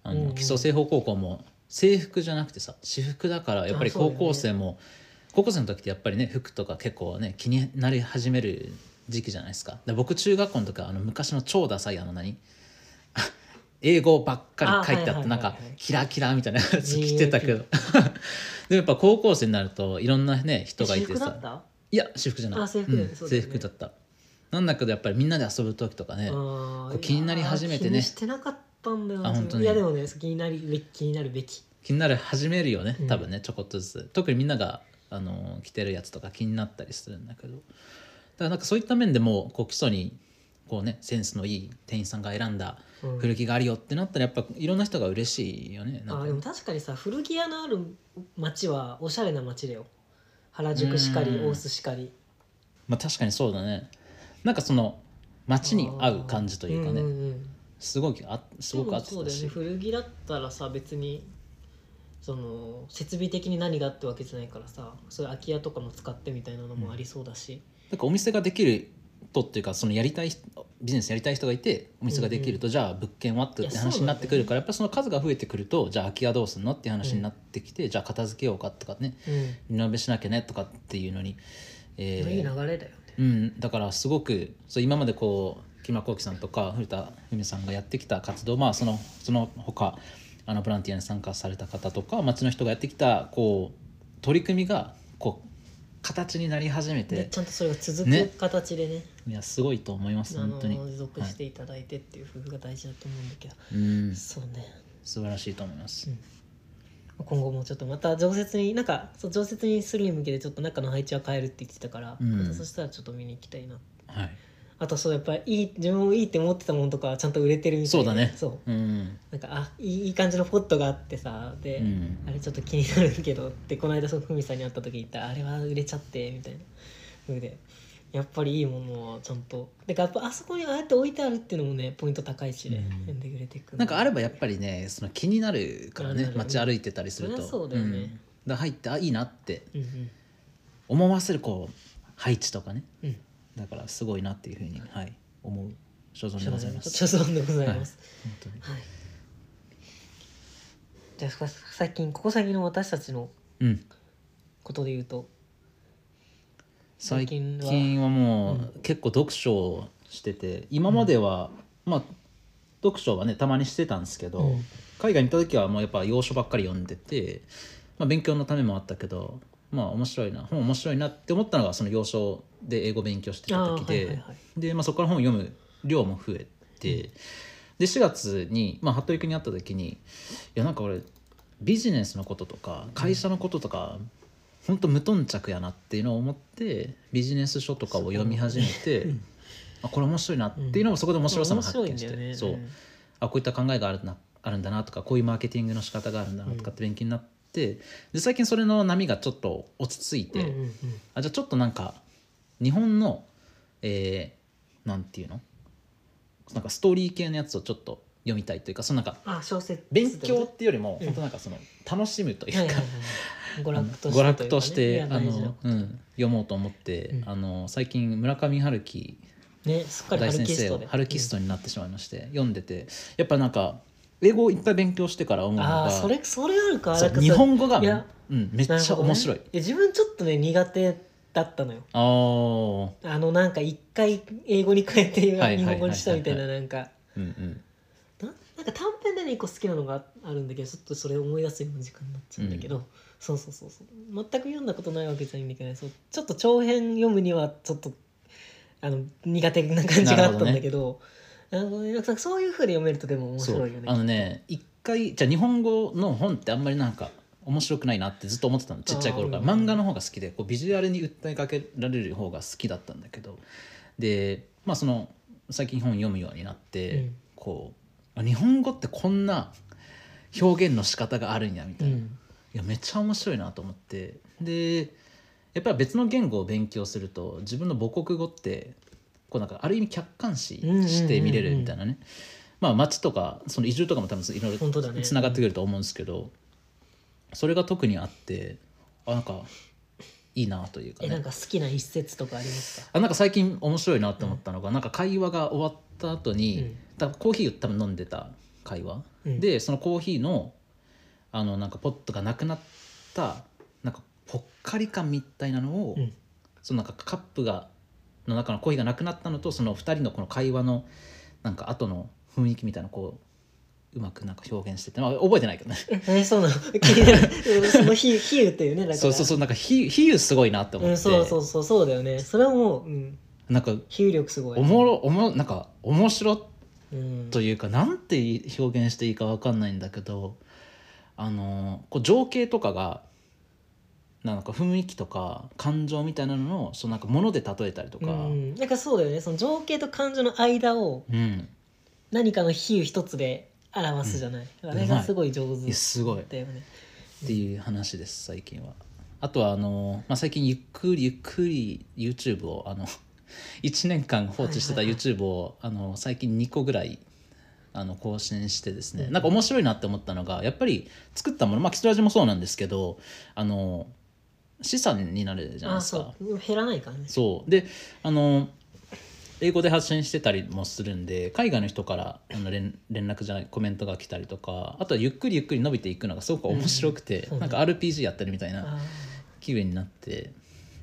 Speaker 2: あ
Speaker 1: うんう
Speaker 2: の
Speaker 1: ん
Speaker 2: 基礎製法高校も制服じゃなくてさ私服だからやっぱり
Speaker 1: あそうだよ
Speaker 2: 高
Speaker 1: ね
Speaker 2: 校生も、高校生の時ってやっぱりね服とか結構ね気になり始める時期じゃないですかで僕中学校の時はあの昔の超ダサいあの何 <laughs> 英語ばっかり書いてあ
Speaker 1: あはいはいはい
Speaker 2: っ
Speaker 1: はい
Speaker 2: てなんかキラキラみたいなやつ着てたけど <laughs> でもやっぱ高校生になるといろんなね人がい
Speaker 1: 私
Speaker 2: て
Speaker 1: 服だ
Speaker 2: さ
Speaker 1: ったあ
Speaker 2: いや私服じゃない
Speaker 1: あ制服だよね
Speaker 2: うん
Speaker 1: そうだよ
Speaker 2: 制
Speaker 1: ね
Speaker 2: 服だったなんだけどやっぱりみんなで遊ぶ時とかね
Speaker 1: ー
Speaker 2: こう気になり始めてね
Speaker 1: いやー気にしてなかったんだよな
Speaker 2: あ本当に
Speaker 1: いやでもね気になるべき気になるべき
Speaker 2: 気になる始めるよね
Speaker 1: うん
Speaker 2: 多分ね、ちょこっとずつ特にみんながあの着てるやつとか気になったりするんだけどだからなんかそういった面でもこう基礎にこうねセンスのいい店員さんが選んだ
Speaker 1: うん
Speaker 2: 古着があるよってなったらやっぱいろんな人が嬉しいよねなん
Speaker 1: あ
Speaker 2: か
Speaker 1: でも確かにさ古着屋のある街はおしゃれな街だよ原宿しかり
Speaker 2: うん
Speaker 1: 大須しかり
Speaker 2: まあ確かにそうだねなんかその街に合う感じというかね、
Speaker 1: んんん
Speaker 2: すごくあすごく合って
Speaker 1: でもそう
Speaker 2: た
Speaker 1: だよ
Speaker 2: し
Speaker 1: ね古着だったらさ別にその設備的に何があってわけじゃないからさそういう空き家とかも使ってみたいなのもありそうだし、
Speaker 2: なんかお店ができるとっていうかそのやりたい人ビジネスやりたい人がいてお店ができると、じゃあ物件はって
Speaker 1: いや
Speaker 2: 話になってくるからやっぱその数が増えてくるとじゃあ空き家どうすんのっていう話になってきて、じゃあ片付けようかとかね
Speaker 1: うん
Speaker 2: リノベしなきゃねとかっていうのに、えー
Speaker 1: いい流れだよね
Speaker 2: うん、だからすごくそう今までこう木村浩樹さんとか古田文さんがやってきた活動まあそのその他あのボランティアに参加された方とか町の人がやってきたこう取り組みがこう形になり始め
Speaker 1: で
Speaker 2: て
Speaker 1: ちゃんとそれが続
Speaker 2: ね
Speaker 1: く形でね
Speaker 2: いやすごいと思います
Speaker 1: あ
Speaker 2: 本
Speaker 1: の
Speaker 2: 当に、
Speaker 1: 持続していただいてっていう風が大事だと思うんだけど、
Speaker 2: うん、素
Speaker 1: そうね
Speaker 2: 晴らしいと思います、
Speaker 1: 今後もちょっとまた常設になんかそう常設にするに向けてちょっと中の配置は変えるって言ってたから、
Speaker 2: うん
Speaker 1: またそしたらちょっと見に行きたいな
Speaker 2: はい
Speaker 1: あとそうやっぱりいい自分もいいって思ってたものとかはちゃんと売れてるみた
Speaker 2: そ
Speaker 1: いうな
Speaker 2: だね
Speaker 1: そう
Speaker 2: うん、
Speaker 1: なんかあいいいい感じのポットがあってさで、
Speaker 2: うん、
Speaker 1: あれちょっと気になるけどってこの間そのふみさんに会った時言ったらあれは売れちゃってみたいなそれでやっぱりいいものはちゃんとでやっぱあそこにああやって置いてあるっていうのもねポイント高いしね、
Speaker 2: うん
Speaker 1: ん、でくれていく
Speaker 2: なんかあればやっぱりねその気になるから
Speaker 1: な
Speaker 2: ね
Speaker 1: るなる
Speaker 2: 街歩いてたりすると
Speaker 1: そりゃそうだよね
Speaker 2: んだから入ってあいいなって
Speaker 1: うんうん
Speaker 2: 思わせるこう配置とかね
Speaker 1: うん
Speaker 2: だからすごいなっていうふうに、はい、思う所存でございます。
Speaker 1: 所存でございます、
Speaker 2: 本当に
Speaker 1: はいじゃあさ最近ここ最近の私たちの
Speaker 2: うん、
Speaker 1: ことで言うと
Speaker 2: 最
Speaker 1: 最近は
Speaker 2: 近はもう、結構読書をしてて今までは、まあ読書はねたまにしてたんですけど、
Speaker 1: うん
Speaker 2: 海外に行った時はもうやっぱ洋書ばっかり読んでて、まあ、勉強のためもあったけどまあ面白いな本面白いなって思ったのがその洋書で英語勉強してた時で。
Speaker 1: い
Speaker 2: で、まあ、そこから本を読む量も増えて、で4月に、まあ、服部君に会った時にいやなんか俺ビジネスのこととか会社のこととか、ほんと無頓着やなっていうのを思ってビジネス書とかを読み始めて、 <laughs> あこれ面白いなっていうのもそこで面白さも発見して、
Speaker 1: 面白いんだよね
Speaker 2: そう、
Speaker 1: うん
Speaker 2: あこういった考えがあるなあるんだなとかこういうマーケティングの仕方があるんだなとかって勉強になって、で最近それの波がちょっと落ち着いて。
Speaker 1: うんうんうん
Speaker 2: あじゃあちょっとなんか日本のえーなんていうのなんかストーリー系のやつをちょっと読みたいというかそのなんか
Speaker 1: あ小説
Speaker 2: 勉強っていうよりも、
Speaker 1: うん
Speaker 2: 本当なんかその楽しむという
Speaker 1: はいはい
Speaker 2: か、
Speaker 1: はい娯
Speaker 2: あの
Speaker 1: 楽として
Speaker 2: 娯楽として
Speaker 1: という
Speaker 2: あ
Speaker 1: かねいや大事だ
Speaker 2: の、うん、読もうと思って、
Speaker 1: うん
Speaker 2: あの最近村上春樹
Speaker 1: ねすっかり
Speaker 2: 大
Speaker 1: 春
Speaker 2: 先
Speaker 1: キス
Speaker 2: 生
Speaker 1: ト
Speaker 2: を
Speaker 1: で
Speaker 2: 春キストになってしまいまして、読んでてやっぱなんか英語をいっぱい勉強してから思うの
Speaker 1: あ
Speaker 2: が
Speaker 1: あそれそれあるか
Speaker 2: そう
Speaker 1: なんか
Speaker 2: 日本語が、
Speaker 1: いや
Speaker 2: うん、めっち
Speaker 1: なる
Speaker 2: ゃ
Speaker 1: ほどね
Speaker 2: 面白い。
Speaker 1: や自分ちょっとね苦手だったのよ
Speaker 2: あー
Speaker 1: あのなんか一回英語に変えて
Speaker 2: はいはい
Speaker 1: 日本語にしたみたい
Speaker 2: は
Speaker 1: ないなんか
Speaker 2: うんうん
Speaker 1: ななんか短編でね一個好きなのがあるんだけどちょっとそれ思い出すような時間になっちゃうんだけど、そうそうそうそう全く読んだことないわけじゃないんだけど、ね、そうちょっと長編読むにはちょっとあの苦手な感じがあったんだけどあのなんかそういうふうに読めるとでも面白いよね。
Speaker 2: あのね一回じゃあ日本語の本ってあんまりなんか面白くないなってずっと思ってたのちっちゃい頃から
Speaker 1: あーうん
Speaker 2: 漫画の方が好きでこうビジュアルに訴えかけられる方が好きだったんだけどでまあその最近本読むようになって、
Speaker 1: うん
Speaker 2: こうあ日本語ってこんな表現の仕方があるんやみた
Speaker 1: う
Speaker 2: いな、
Speaker 1: ん
Speaker 2: いやめっちゃ面白いなと思ってでやっぱり別の言語を勉強すると自分の母国語ってこうなんかある意味客観視して見れるみたいなね、まあ街とかその移住とかも多分いろい
Speaker 1: 本当だ
Speaker 2: ろ
Speaker 1: ね
Speaker 2: つながってくると思うんですけど、それが特にあってあなんかいいなというか
Speaker 1: え
Speaker 2: ね
Speaker 1: なんか好きな一節とかありますか
Speaker 2: あなんか最近面白いなと思ったのが、なんか会話が終わった後に、
Speaker 1: うん
Speaker 2: 多分コーヒーを多分飲んでた会話、
Speaker 1: うん
Speaker 2: でそのコーヒーのあのなんかポットがなくなったなんかぽっかり感みたいなのを、
Speaker 1: うん
Speaker 2: そのなんかカップがの中のコーヒーがなくなったのとその2人のこの会話のなんか後の雰囲気みたいなのをこううまくなんか表現してて、まあ、覚えてないけどね
Speaker 1: ええそうなの <laughs> 気になるうんその比喩比喩っていうねだから
Speaker 2: そうそうそうなんか比比喩すごいなって思っ
Speaker 1: う
Speaker 2: て、
Speaker 1: ん、そうそうそうそうだよねそれはもう、うん、
Speaker 2: なんか
Speaker 1: 比喩力すごい
Speaker 2: おもろおもろなんか面白っ
Speaker 1: うん
Speaker 2: というかなんて表現していいかわかんないんだけどあのこう情景とかがなんか雰囲気とか感情みたいなのをそのなんか物で例えたりとか、
Speaker 1: うん、なんかそうだよねその情景と感情の間を
Speaker 2: うん
Speaker 1: 何かの比喩一つで表すじゃない、
Speaker 2: ん
Speaker 1: あれがすごい上
Speaker 2: いや
Speaker 1: 手
Speaker 2: すごいっ
Speaker 1: だよね
Speaker 2: ていう話です最近は。あとはあの、まあ、最近ゆっくりゆっくり YouTube をあの <laughs> 1年間放置してた
Speaker 1: はいはいは
Speaker 2: YouTube を、あの最近2個ぐらいあの更新してですね、
Speaker 1: うん
Speaker 2: なんか面白いなって思ったのがやっぱり作ったものまあキスラジもそうなんですけどあの資産になるじゃない
Speaker 1: あ
Speaker 2: ですか。
Speaker 1: そう減らないからね
Speaker 2: そうであの英語で発信してたりもするんで海外の人からあの連連絡じゃないコメントが来たりとかあとはゆっくりゆっくり伸びていくのがすごく面白くて、
Speaker 1: うん
Speaker 2: なんか RPG やってるみたいな
Speaker 1: あ
Speaker 2: 気分になって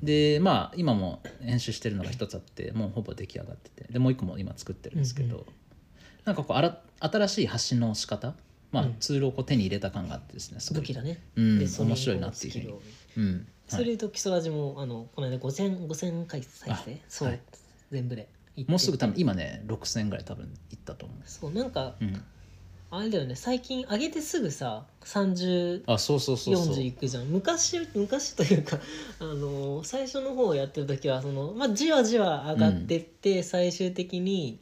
Speaker 2: でまあ今も編集してるのが一つあってもうほぼ出来上がっててでもう一個も今作ってるんですけど、
Speaker 1: うんう
Speaker 2: なんかこうあら新しい発信の仕方まあ、
Speaker 1: うん
Speaker 2: ツールをこう手に入れた感があってですねす
Speaker 1: ー
Speaker 2: ご
Speaker 1: 武
Speaker 2: い
Speaker 1: 器だね、
Speaker 2: うん
Speaker 1: でその
Speaker 2: 面白いなっていうふうに
Speaker 1: スキルを
Speaker 2: うん
Speaker 1: それで言うと基礎味もあのこの間5000 5000回再生そう、
Speaker 2: はい
Speaker 1: 全部で行って
Speaker 2: もうすぐ多分今ね6000ぐらい多分いったと思
Speaker 1: そうなんか
Speaker 2: う、うん、
Speaker 1: あれだよね最近上げてすぐさ3040
Speaker 2: あそうそうそうそう
Speaker 1: いくじゃん昔昔というか <laughs> あの最初の方やってる時はその、まあ、じわじわ上がってって、最終的に、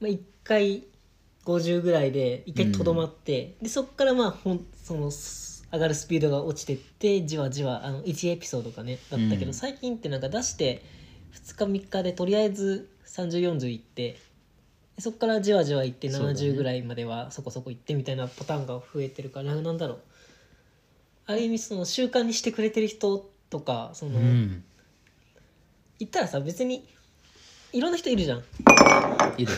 Speaker 1: まあ、1回50ぐらいで1回とどまって、でそっからまあほんそのす上がるスピードが落ちてってじわじわあの1エピソードかねだったけど、
Speaker 2: うん
Speaker 1: 最近ってなんか出して2日3日でとりあえず3040いってでそっからじわじわいって
Speaker 2: そうだね
Speaker 1: 70ぐらいまではそこそこいってみたいなパターンが増えてるからなんだろうある意味その習慣にしてくれてる人とかその、
Speaker 2: うん、
Speaker 1: 言ったらさ別にいろんな人いるじゃん
Speaker 2: いる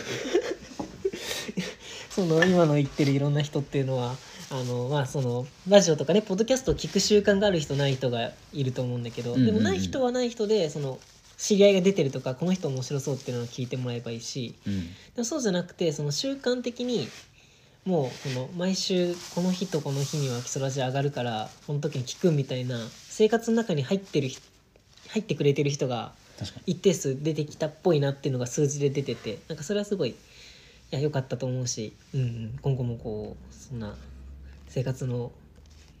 Speaker 1: その今の言ってるいろんな人っていうのはあのまあそのラジオとかねポッドキャストを聞く習慣がある人ない人がいると思うんだけど、
Speaker 2: うんうんうん
Speaker 1: でもない人はない人でその知り合いが出てるとかこの人面白そうっていうのを聞いてもらえばいいし
Speaker 2: うん
Speaker 1: でもそうじゃなくてその習慣的にもうその毎週この日とこの日には基礎ラジ上がるからこの時に聞くみたいな生活の中に入ってる人入ってくれてる人が
Speaker 2: 確かに
Speaker 1: 一定数出てきたっぽいなっていうのが数字で出ててなんかそれはすごいいや良かったと思うし、うんうん、今後もこうそんな生活の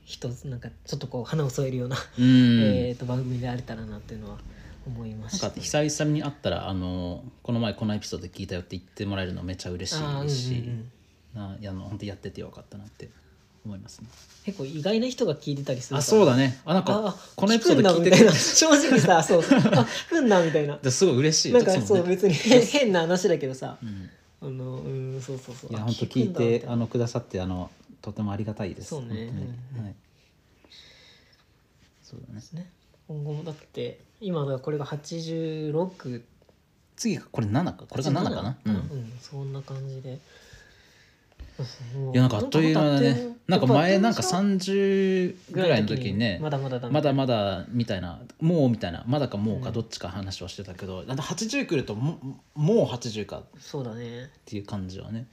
Speaker 1: 一つなんかちょっとこう花を添えるような、
Speaker 2: うん、
Speaker 1: えーと番組であれたらなっていうのは思いまし
Speaker 2: な
Speaker 1: た
Speaker 2: んか。久々に会ったらあのこの前このエピソード聞いたよって言ってもらえるのめちゃ嬉し
Speaker 1: あ
Speaker 2: いし、
Speaker 1: ーうんうんうん
Speaker 2: ないやあの本当やっててよかったなって思いますね
Speaker 1: 結構意外な人が聞いてたりするから
Speaker 2: あそうだねあなん
Speaker 1: あ
Speaker 2: か
Speaker 1: あ
Speaker 2: このエピソード聞いて
Speaker 1: くんだみたい
Speaker 2: て
Speaker 1: な正直さそうそうあ聞
Speaker 2: <laughs>
Speaker 1: くんだみたいな
Speaker 2: ですごい嬉しい
Speaker 1: なんか
Speaker 2: そ
Speaker 1: そうう
Speaker 2: ね
Speaker 1: 別に変変な話だけどさ
Speaker 2: うん
Speaker 1: あのうんそうそうそう
Speaker 2: いや
Speaker 1: あ
Speaker 2: 本当聞い
Speaker 1: くんだみ
Speaker 2: て
Speaker 1: た
Speaker 2: あ
Speaker 1: な
Speaker 2: のくださってあのとてもありがたいです
Speaker 1: そうね
Speaker 2: 本当
Speaker 1: うん
Speaker 2: にはいそうだね
Speaker 1: ね今後もだって今がこれが86
Speaker 2: 次がこれ7かこれが7かな、
Speaker 1: う、
Speaker 2: うんん、
Speaker 1: うん、そんな感じでうん
Speaker 2: いやなんかあっという
Speaker 1: な
Speaker 2: 間だ
Speaker 1: んか
Speaker 2: ねなんか前なんか30
Speaker 1: ぐ
Speaker 2: ぐ
Speaker 1: ら
Speaker 2: ら
Speaker 1: い
Speaker 2: い
Speaker 1: の
Speaker 2: の
Speaker 1: 時
Speaker 2: 時
Speaker 1: に
Speaker 2: にね
Speaker 1: まだまだだ
Speaker 2: まだまだみたいなもうみたいなまだかもう
Speaker 1: う
Speaker 2: か
Speaker 1: ん
Speaker 2: どっちか話をしてたけど、だって80来るとももう80かっ
Speaker 1: そうだね
Speaker 2: ていう感じはね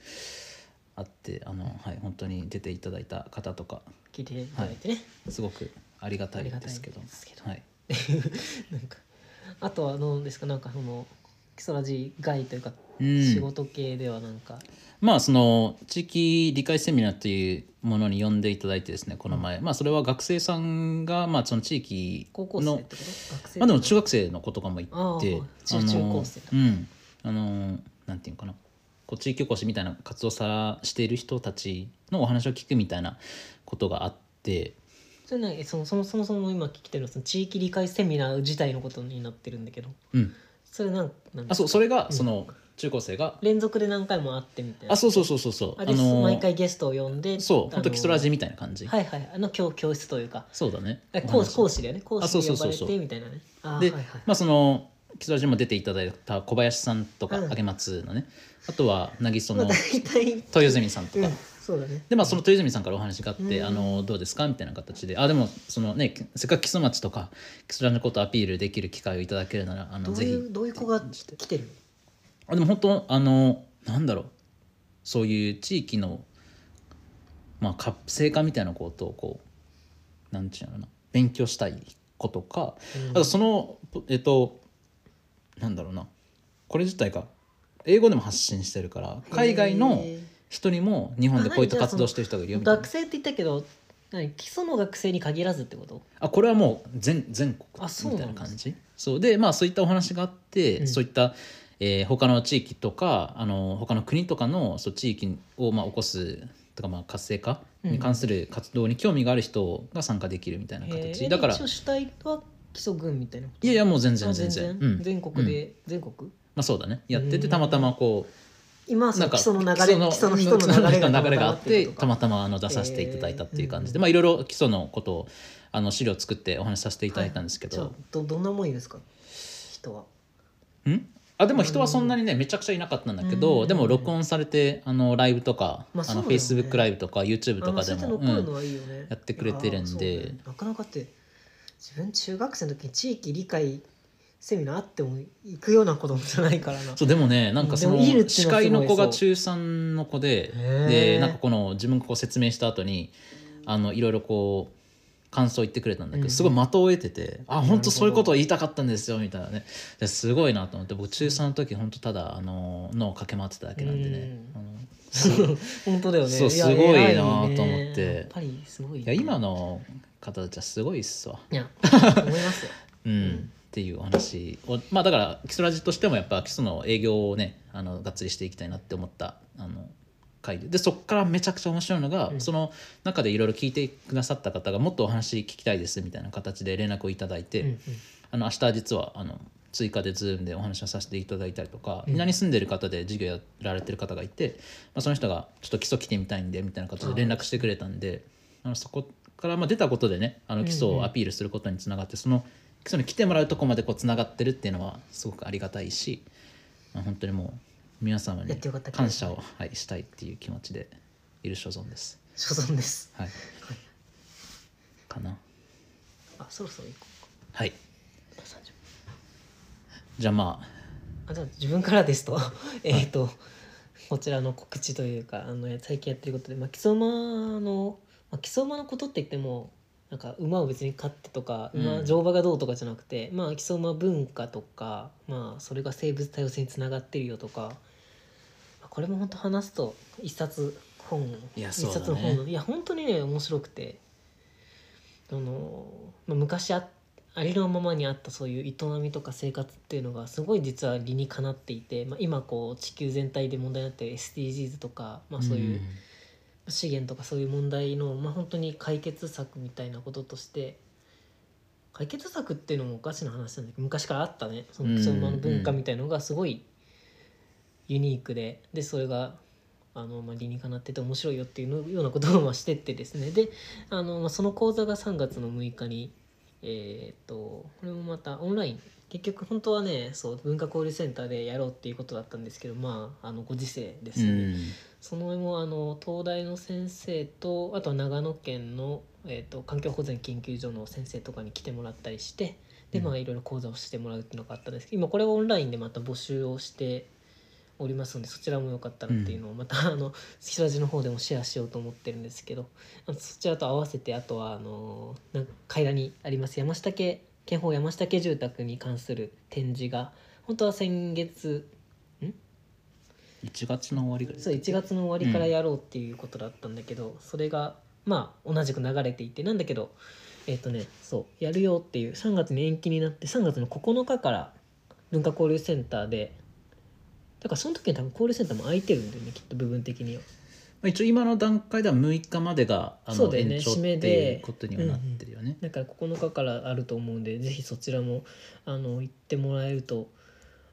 Speaker 2: あってあの、はい、本当に出ていただいた方とか
Speaker 1: 聞いていただいてね、
Speaker 2: すごくありがたいですけど
Speaker 1: ありがたいですけど
Speaker 2: は
Speaker 1: <laughs>
Speaker 2: い、
Speaker 1: なんかあとはどうですかなんかその基礎ラジ外というか
Speaker 2: うん
Speaker 1: 仕事系ではなんか、
Speaker 2: まあその地域理解セミナーというものに呼んでいただいてですねこの前、まあそれは学生さんが、まあ、その地域
Speaker 1: 高校生
Speaker 2: の
Speaker 1: ってこと学生
Speaker 2: まあでも中学生の子とかも行って
Speaker 1: ああはい中
Speaker 2: あの
Speaker 1: 中高生
Speaker 2: うんあのなんていうのかなこう地域おこしみたいな活動さしている人たちのお話を聞くみたいなことがあって
Speaker 1: それねそのそもそもそも今聞きてるのはその地域理解セミナー自体のことになってるんだけど
Speaker 2: うん
Speaker 1: それなんなん
Speaker 2: あそうそれがその中高生が、
Speaker 1: 連続で何回もあってみたいな
Speaker 2: あそうそうそうそうそう
Speaker 1: あで毎回ゲストを呼んで
Speaker 2: そう
Speaker 1: あの
Speaker 2: 本当基礎ラジみたいな感じ、
Speaker 1: はいはいあの教教室というか
Speaker 2: そうだね
Speaker 1: え
Speaker 2: お話
Speaker 1: 講師講師だよね講
Speaker 2: あそ
Speaker 1: 師
Speaker 2: う
Speaker 1: に
Speaker 2: そ
Speaker 1: 呼
Speaker 2: う
Speaker 1: ば
Speaker 2: そ
Speaker 1: れ
Speaker 2: うそう
Speaker 1: てみたいなねあ
Speaker 2: で、
Speaker 1: ーはいはい
Speaker 2: まあその木曽島も出ていただいた小林さんとか
Speaker 1: うん
Speaker 2: 揚松のね、あとは渚の
Speaker 1: まあ大体、
Speaker 2: 豊泉さんと
Speaker 1: う
Speaker 2: か
Speaker 1: ん、そうだね
Speaker 2: でまあその豊泉さんからお話があって「
Speaker 1: うん
Speaker 2: あのどうですか?」みたいな形で「あでもそのねせっかく木曽町とか木曽のことをアピールできる機会をいただけるならあの
Speaker 1: どう
Speaker 2: ぜ
Speaker 1: いう
Speaker 2: ひ
Speaker 1: どういう子が来てる
Speaker 2: あでも本当あのなんだろうそういう地域の、まあ、活性化みたいなことをこうなんていうのかな勉強したい子とか、
Speaker 1: うん
Speaker 2: あとそのえっとなんだろうなこれ自体が英語でも発信してるから海外の
Speaker 1: へー
Speaker 2: 人にも日本でこういった活動してる人がいるよみたいな
Speaker 1: 学。生って言ったけど何基礎の学生に限らずってこと
Speaker 2: あこれはもう全全国
Speaker 1: あそう
Speaker 2: み
Speaker 1: な
Speaker 2: た
Speaker 1: んで
Speaker 2: いな
Speaker 1: すね
Speaker 2: 感じそうでまあそういったお話があって、
Speaker 1: うん
Speaker 2: そういった、えー他の地域とかあの他の国とかのそう地域を、まあ、起こすとか、まあ、活性化に関する活動に興味がある人が参加できるみたいな
Speaker 1: へ
Speaker 2: 形、
Speaker 1: ー
Speaker 2: だから
Speaker 1: 一応主体は基礎群みたいなこと
Speaker 2: いやいやもう全
Speaker 1: あ
Speaker 2: 然全然うん
Speaker 1: 全国で、全国
Speaker 2: まあそうだねやって
Speaker 1: う
Speaker 2: て
Speaker 1: ん
Speaker 2: たまたまこ
Speaker 1: 今は
Speaker 2: う
Speaker 1: そ
Speaker 2: な
Speaker 1: の
Speaker 2: んか
Speaker 1: 基礎の流れ基礎の人の流れが
Speaker 2: 流れがあってたま
Speaker 1: た
Speaker 2: たまあの出させていただいたっていう感じ
Speaker 1: へ
Speaker 2: で、
Speaker 1: ー
Speaker 2: まあいろいろ基礎のことをあの資料を作ってお話しさせていただいたんですけど、
Speaker 1: どどんなもんいですか人は
Speaker 2: んあでも人はそんなにねめちゃくちゃいなかったんだけど、
Speaker 1: うん
Speaker 2: でも録音されてあのライブとか、
Speaker 1: まあ
Speaker 2: あ
Speaker 1: そうだ
Speaker 2: のフェ
Speaker 1: よ
Speaker 2: イ
Speaker 1: ね
Speaker 2: スブックライブとか YouTube と
Speaker 1: あま
Speaker 2: か
Speaker 1: あそ
Speaker 2: で
Speaker 1: うやって
Speaker 2: も、
Speaker 1: 残る
Speaker 2: う
Speaker 1: の
Speaker 2: ん
Speaker 1: はいいよね、
Speaker 2: やってくれてるんで
Speaker 1: いやーそうねなかなかって自分中学生の時に地域理解セミナーあっても行くような子供じゃないからな
Speaker 2: そうでもねなんかそ
Speaker 1: で
Speaker 2: の
Speaker 1: もいるっていう
Speaker 2: 司
Speaker 1: のはすごい
Speaker 2: 会の子が
Speaker 1: そう
Speaker 2: 中3の子で
Speaker 1: へー
Speaker 2: でなんかこの自分がこう説明した後にあのいろいろこう感想言ってくれたんだけど、
Speaker 1: うん
Speaker 2: すごい的を得てて「あ
Speaker 1: な
Speaker 2: 本
Speaker 1: るほど
Speaker 2: 当そういうことを言いたかったんですよ」みたいなねですごいなと思って僕中3の時本当ただあの脳を駆け回ってただけなんでね。
Speaker 1: う
Speaker 2: あの
Speaker 1: <laughs> 本当だよね
Speaker 2: そう
Speaker 1: や
Speaker 2: すごいな
Speaker 1: 偉
Speaker 2: と思って
Speaker 1: やっぱりすごい
Speaker 2: いや今の方たちはすごいっすわ。
Speaker 1: いや思いますよ
Speaker 2: うんっていうお話をまあだから基礎ラジとしてもやっぱ基礎の営業をねあのがっつりしていきたいなって思ったあの回ででそこからめちゃくちゃ面白いのが、
Speaker 1: うん
Speaker 2: その中でいろいろ聞いてくださった方がもっとお話聞きたいですみたいな形 <laughs> で連絡をいただいて、
Speaker 1: うんうん
Speaker 2: あの明日実はあの追加で Zoom でお話をさせていただいたりとか、
Speaker 1: うん
Speaker 2: みんなに住んでる方で授業やられてる方がいて、まあ、その人がちょっと基礎来てみたいんでみたいな形で連絡してくれたんであのそこからまあ出たことでねあの基礎
Speaker 1: うんうん
Speaker 2: をアピールすることにつながって、その基礎に来てもらうとこまでこうつながってるっていうのはすごくありがたいし、まあ、本当にもう皆様
Speaker 1: や
Speaker 2: に
Speaker 1: ってよかった
Speaker 2: 感謝を、はい、したいっていう気持ちでいる所存です。
Speaker 1: 所存です
Speaker 2: はい、かな。
Speaker 1: あそろそろ行こう
Speaker 2: はい、
Speaker 1: か30分
Speaker 2: じゃあまあ
Speaker 1: あじゃあ自分からですと <laughs> えっとこちらの告知というかあの最近やってることで、まあ、基礎馬の、まあ、基礎馬のことって言ってもなんか馬を別に飼ってとか
Speaker 2: うん
Speaker 1: 馬乗馬がどうとかじゃなくて、まあ、基礎馬文化とか、まあ、それが生物多様性につながってるよとか、まあこれも本当話すと一冊本
Speaker 2: いや
Speaker 1: 一
Speaker 2: そうだね
Speaker 1: 冊の本いや本当にね面白くてあの、まあ、昔あありのままにあったそういう営みとか生活っていうのがすごい実は理にかなっていて、まあ、今こう地球全体で問題になってる SDGs とか、まあ、そういう資源とかそういう問題の、まあ、本当に解決策みたいなこととして解決策っていうのもおかしな話なんだけど昔からあったねその基礎馬の文化みたいのがすごいユニークででそれがあの、まあ、理にかなってて面白いよっていうのようなことをまあしてってですねであの、まあ、その講座が3月の6日にえーっとこれもまたオンライン結局本当はねそう文化交流センターでやろうっていうことだったんですけどまああのご時世です
Speaker 2: うん
Speaker 1: よ
Speaker 2: う
Speaker 1: ね。
Speaker 2: ん
Speaker 1: その上もあの東大の先生とあとは長野県の、えー、と環境保全研究所の先生とかに来てもらったりしてでま
Speaker 2: う
Speaker 1: あいろいろ講座をしてもらうっていうのがあったんですけど今これをオンラインでまた募集をしておりますのでそちらもよかったらっていうのをまた、あのひらじの方でもシェアしようと思ってるんですけどあのそちらと合わせてあとはあのなんか階段にあります山下家県宝山下家住宅に関する展示が本当は先月
Speaker 2: 1月の終わりぐらい
Speaker 1: そう1月の終わりからやろうっていうことだったんだけど、それがまあ同じく流れていてなんだけどえっ、とねそうやるよっていう3月に延期になって3月の9日から文化交流センターでだからその時に多分交流センターも空いてるんだよねきっと部分的には。
Speaker 2: まあ一応今の段階では6日までがあ
Speaker 1: そう
Speaker 2: の
Speaker 1: だよね
Speaker 2: 延長っ
Speaker 1: 締
Speaker 2: て
Speaker 1: めで
Speaker 2: いうことにはなってるよね。
Speaker 1: だから9日からあると思うんでぜひそちらもあの行ってもらえると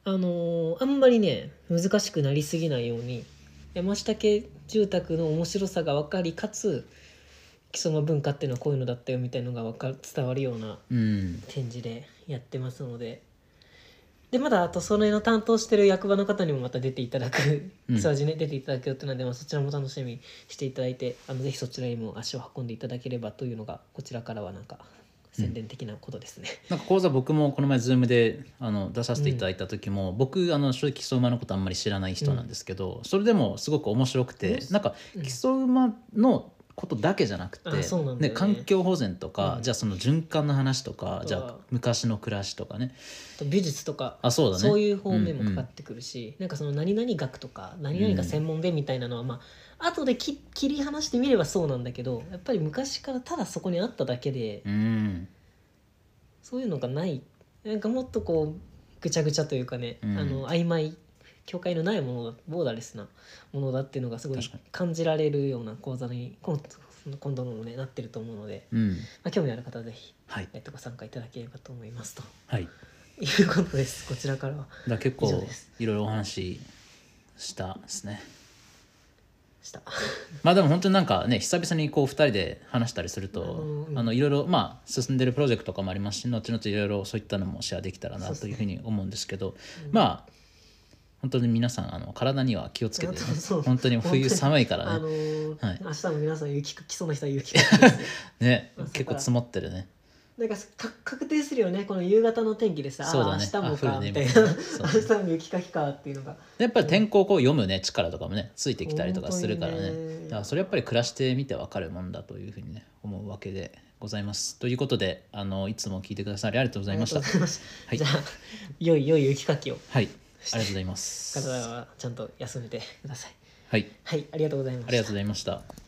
Speaker 1: あのーあんまりね難しくなりすぎないように山下家住宅の面白さが分かりかつ基礎の文化っていうのはこういうのだったよみたいのが分かる伝わるような
Speaker 2: うん、
Speaker 1: 展示でやってますので。でまだあとその辺の担当してる役場の方にもまた出ていただく
Speaker 2: うん
Speaker 1: 数字ね出ていただくよってなので、まあ、そちらも楽しみにしていただいてあのぜひそちらにも足を運んでいただければというのがこちらからはなんか宣伝的なことですね。
Speaker 2: なんか講座僕もこの前 Zoom であの出させていただいた時も、僕あの正直基礎馬のことあんまり知らない人なんですけど、それでもすごく面白くて、
Speaker 1: うん
Speaker 2: なんか
Speaker 1: うん
Speaker 2: 基礎馬のことだけじゃなくて
Speaker 1: あそうなんだよね
Speaker 2: で環境保全とか、
Speaker 1: うん
Speaker 2: じゃあその循環の話とか、
Speaker 1: うん
Speaker 2: じゃあ昔の暮らしとかね
Speaker 1: と美術とか
Speaker 2: あそうだね
Speaker 1: そういう方面もかかってくるし、なんかその何々学とか何々が専門でみたいなのは、まあ後でき切り離してみればそうなんだけどやっぱり昔からただそこにあっただけで
Speaker 2: うん
Speaker 1: そういうのがないなんかもっとこうぐちゃぐちゃというかね、
Speaker 2: うん
Speaker 1: あの曖昧境界のないものだボーダーレスなものだっていうのがすごい
Speaker 2: 確かに
Speaker 1: 感じられるような講座に今今度のもねなってると思うので、
Speaker 2: うん
Speaker 1: まあ、興味ある方はぜひ、
Speaker 2: はい
Speaker 1: えっと、ご参加いただければと思いますと
Speaker 2: はいだ
Speaker 1: い
Speaker 2: か
Speaker 1: うことですこちらからは
Speaker 2: ら結
Speaker 1: 以上
Speaker 2: 構
Speaker 1: です
Speaker 2: いろいろお話ししたですね
Speaker 1: した。
Speaker 2: まあでも本当になんかね久々にこう2人で話したりすると、
Speaker 1: うん
Speaker 2: あのいろいろまあ進んでるプロジェクトとかもありますし後々いろいろそういったのもシェアできたらなというふうに思うんですけどまあ本当に皆さんあの体には気をつけてね、
Speaker 1: あ <laughs> そうそう
Speaker 2: 本当に冬寒いから
Speaker 1: あ
Speaker 2: ね
Speaker 1: のー
Speaker 2: はい
Speaker 1: 明日も皆さん雪かきそうな人は雪かきです
Speaker 2: <laughs>
Speaker 1: ね
Speaker 2: ね
Speaker 1: まあそうか
Speaker 2: 結構積もってるね
Speaker 1: なんかか確定するよねこの夕方の天気でさ、
Speaker 2: そうだ
Speaker 1: あ
Speaker 2: ね
Speaker 1: ー明日も
Speaker 2: あ
Speaker 1: か
Speaker 2: 降るね
Speaker 1: みたいな
Speaker 2: みたいなそう
Speaker 1: 明日も雪かきかっていうのが
Speaker 2: やっぱり天候をこう読むね力とかもねついてきたりとかするからね
Speaker 1: 本当にね
Speaker 2: だからそれやっぱり暮らしてみて分かるもんだというふうにね思うわけでございますということであのいつも聞いてくださりありがとうございました
Speaker 1: ありがとうございました
Speaker 2: はい
Speaker 1: じゃあ良い良い雪かきを
Speaker 2: はいありがとうございます
Speaker 1: 体はちゃんと休めてください
Speaker 2: はい
Speaker 1: はいありがとうございました
Speaker 2: ありがとうございました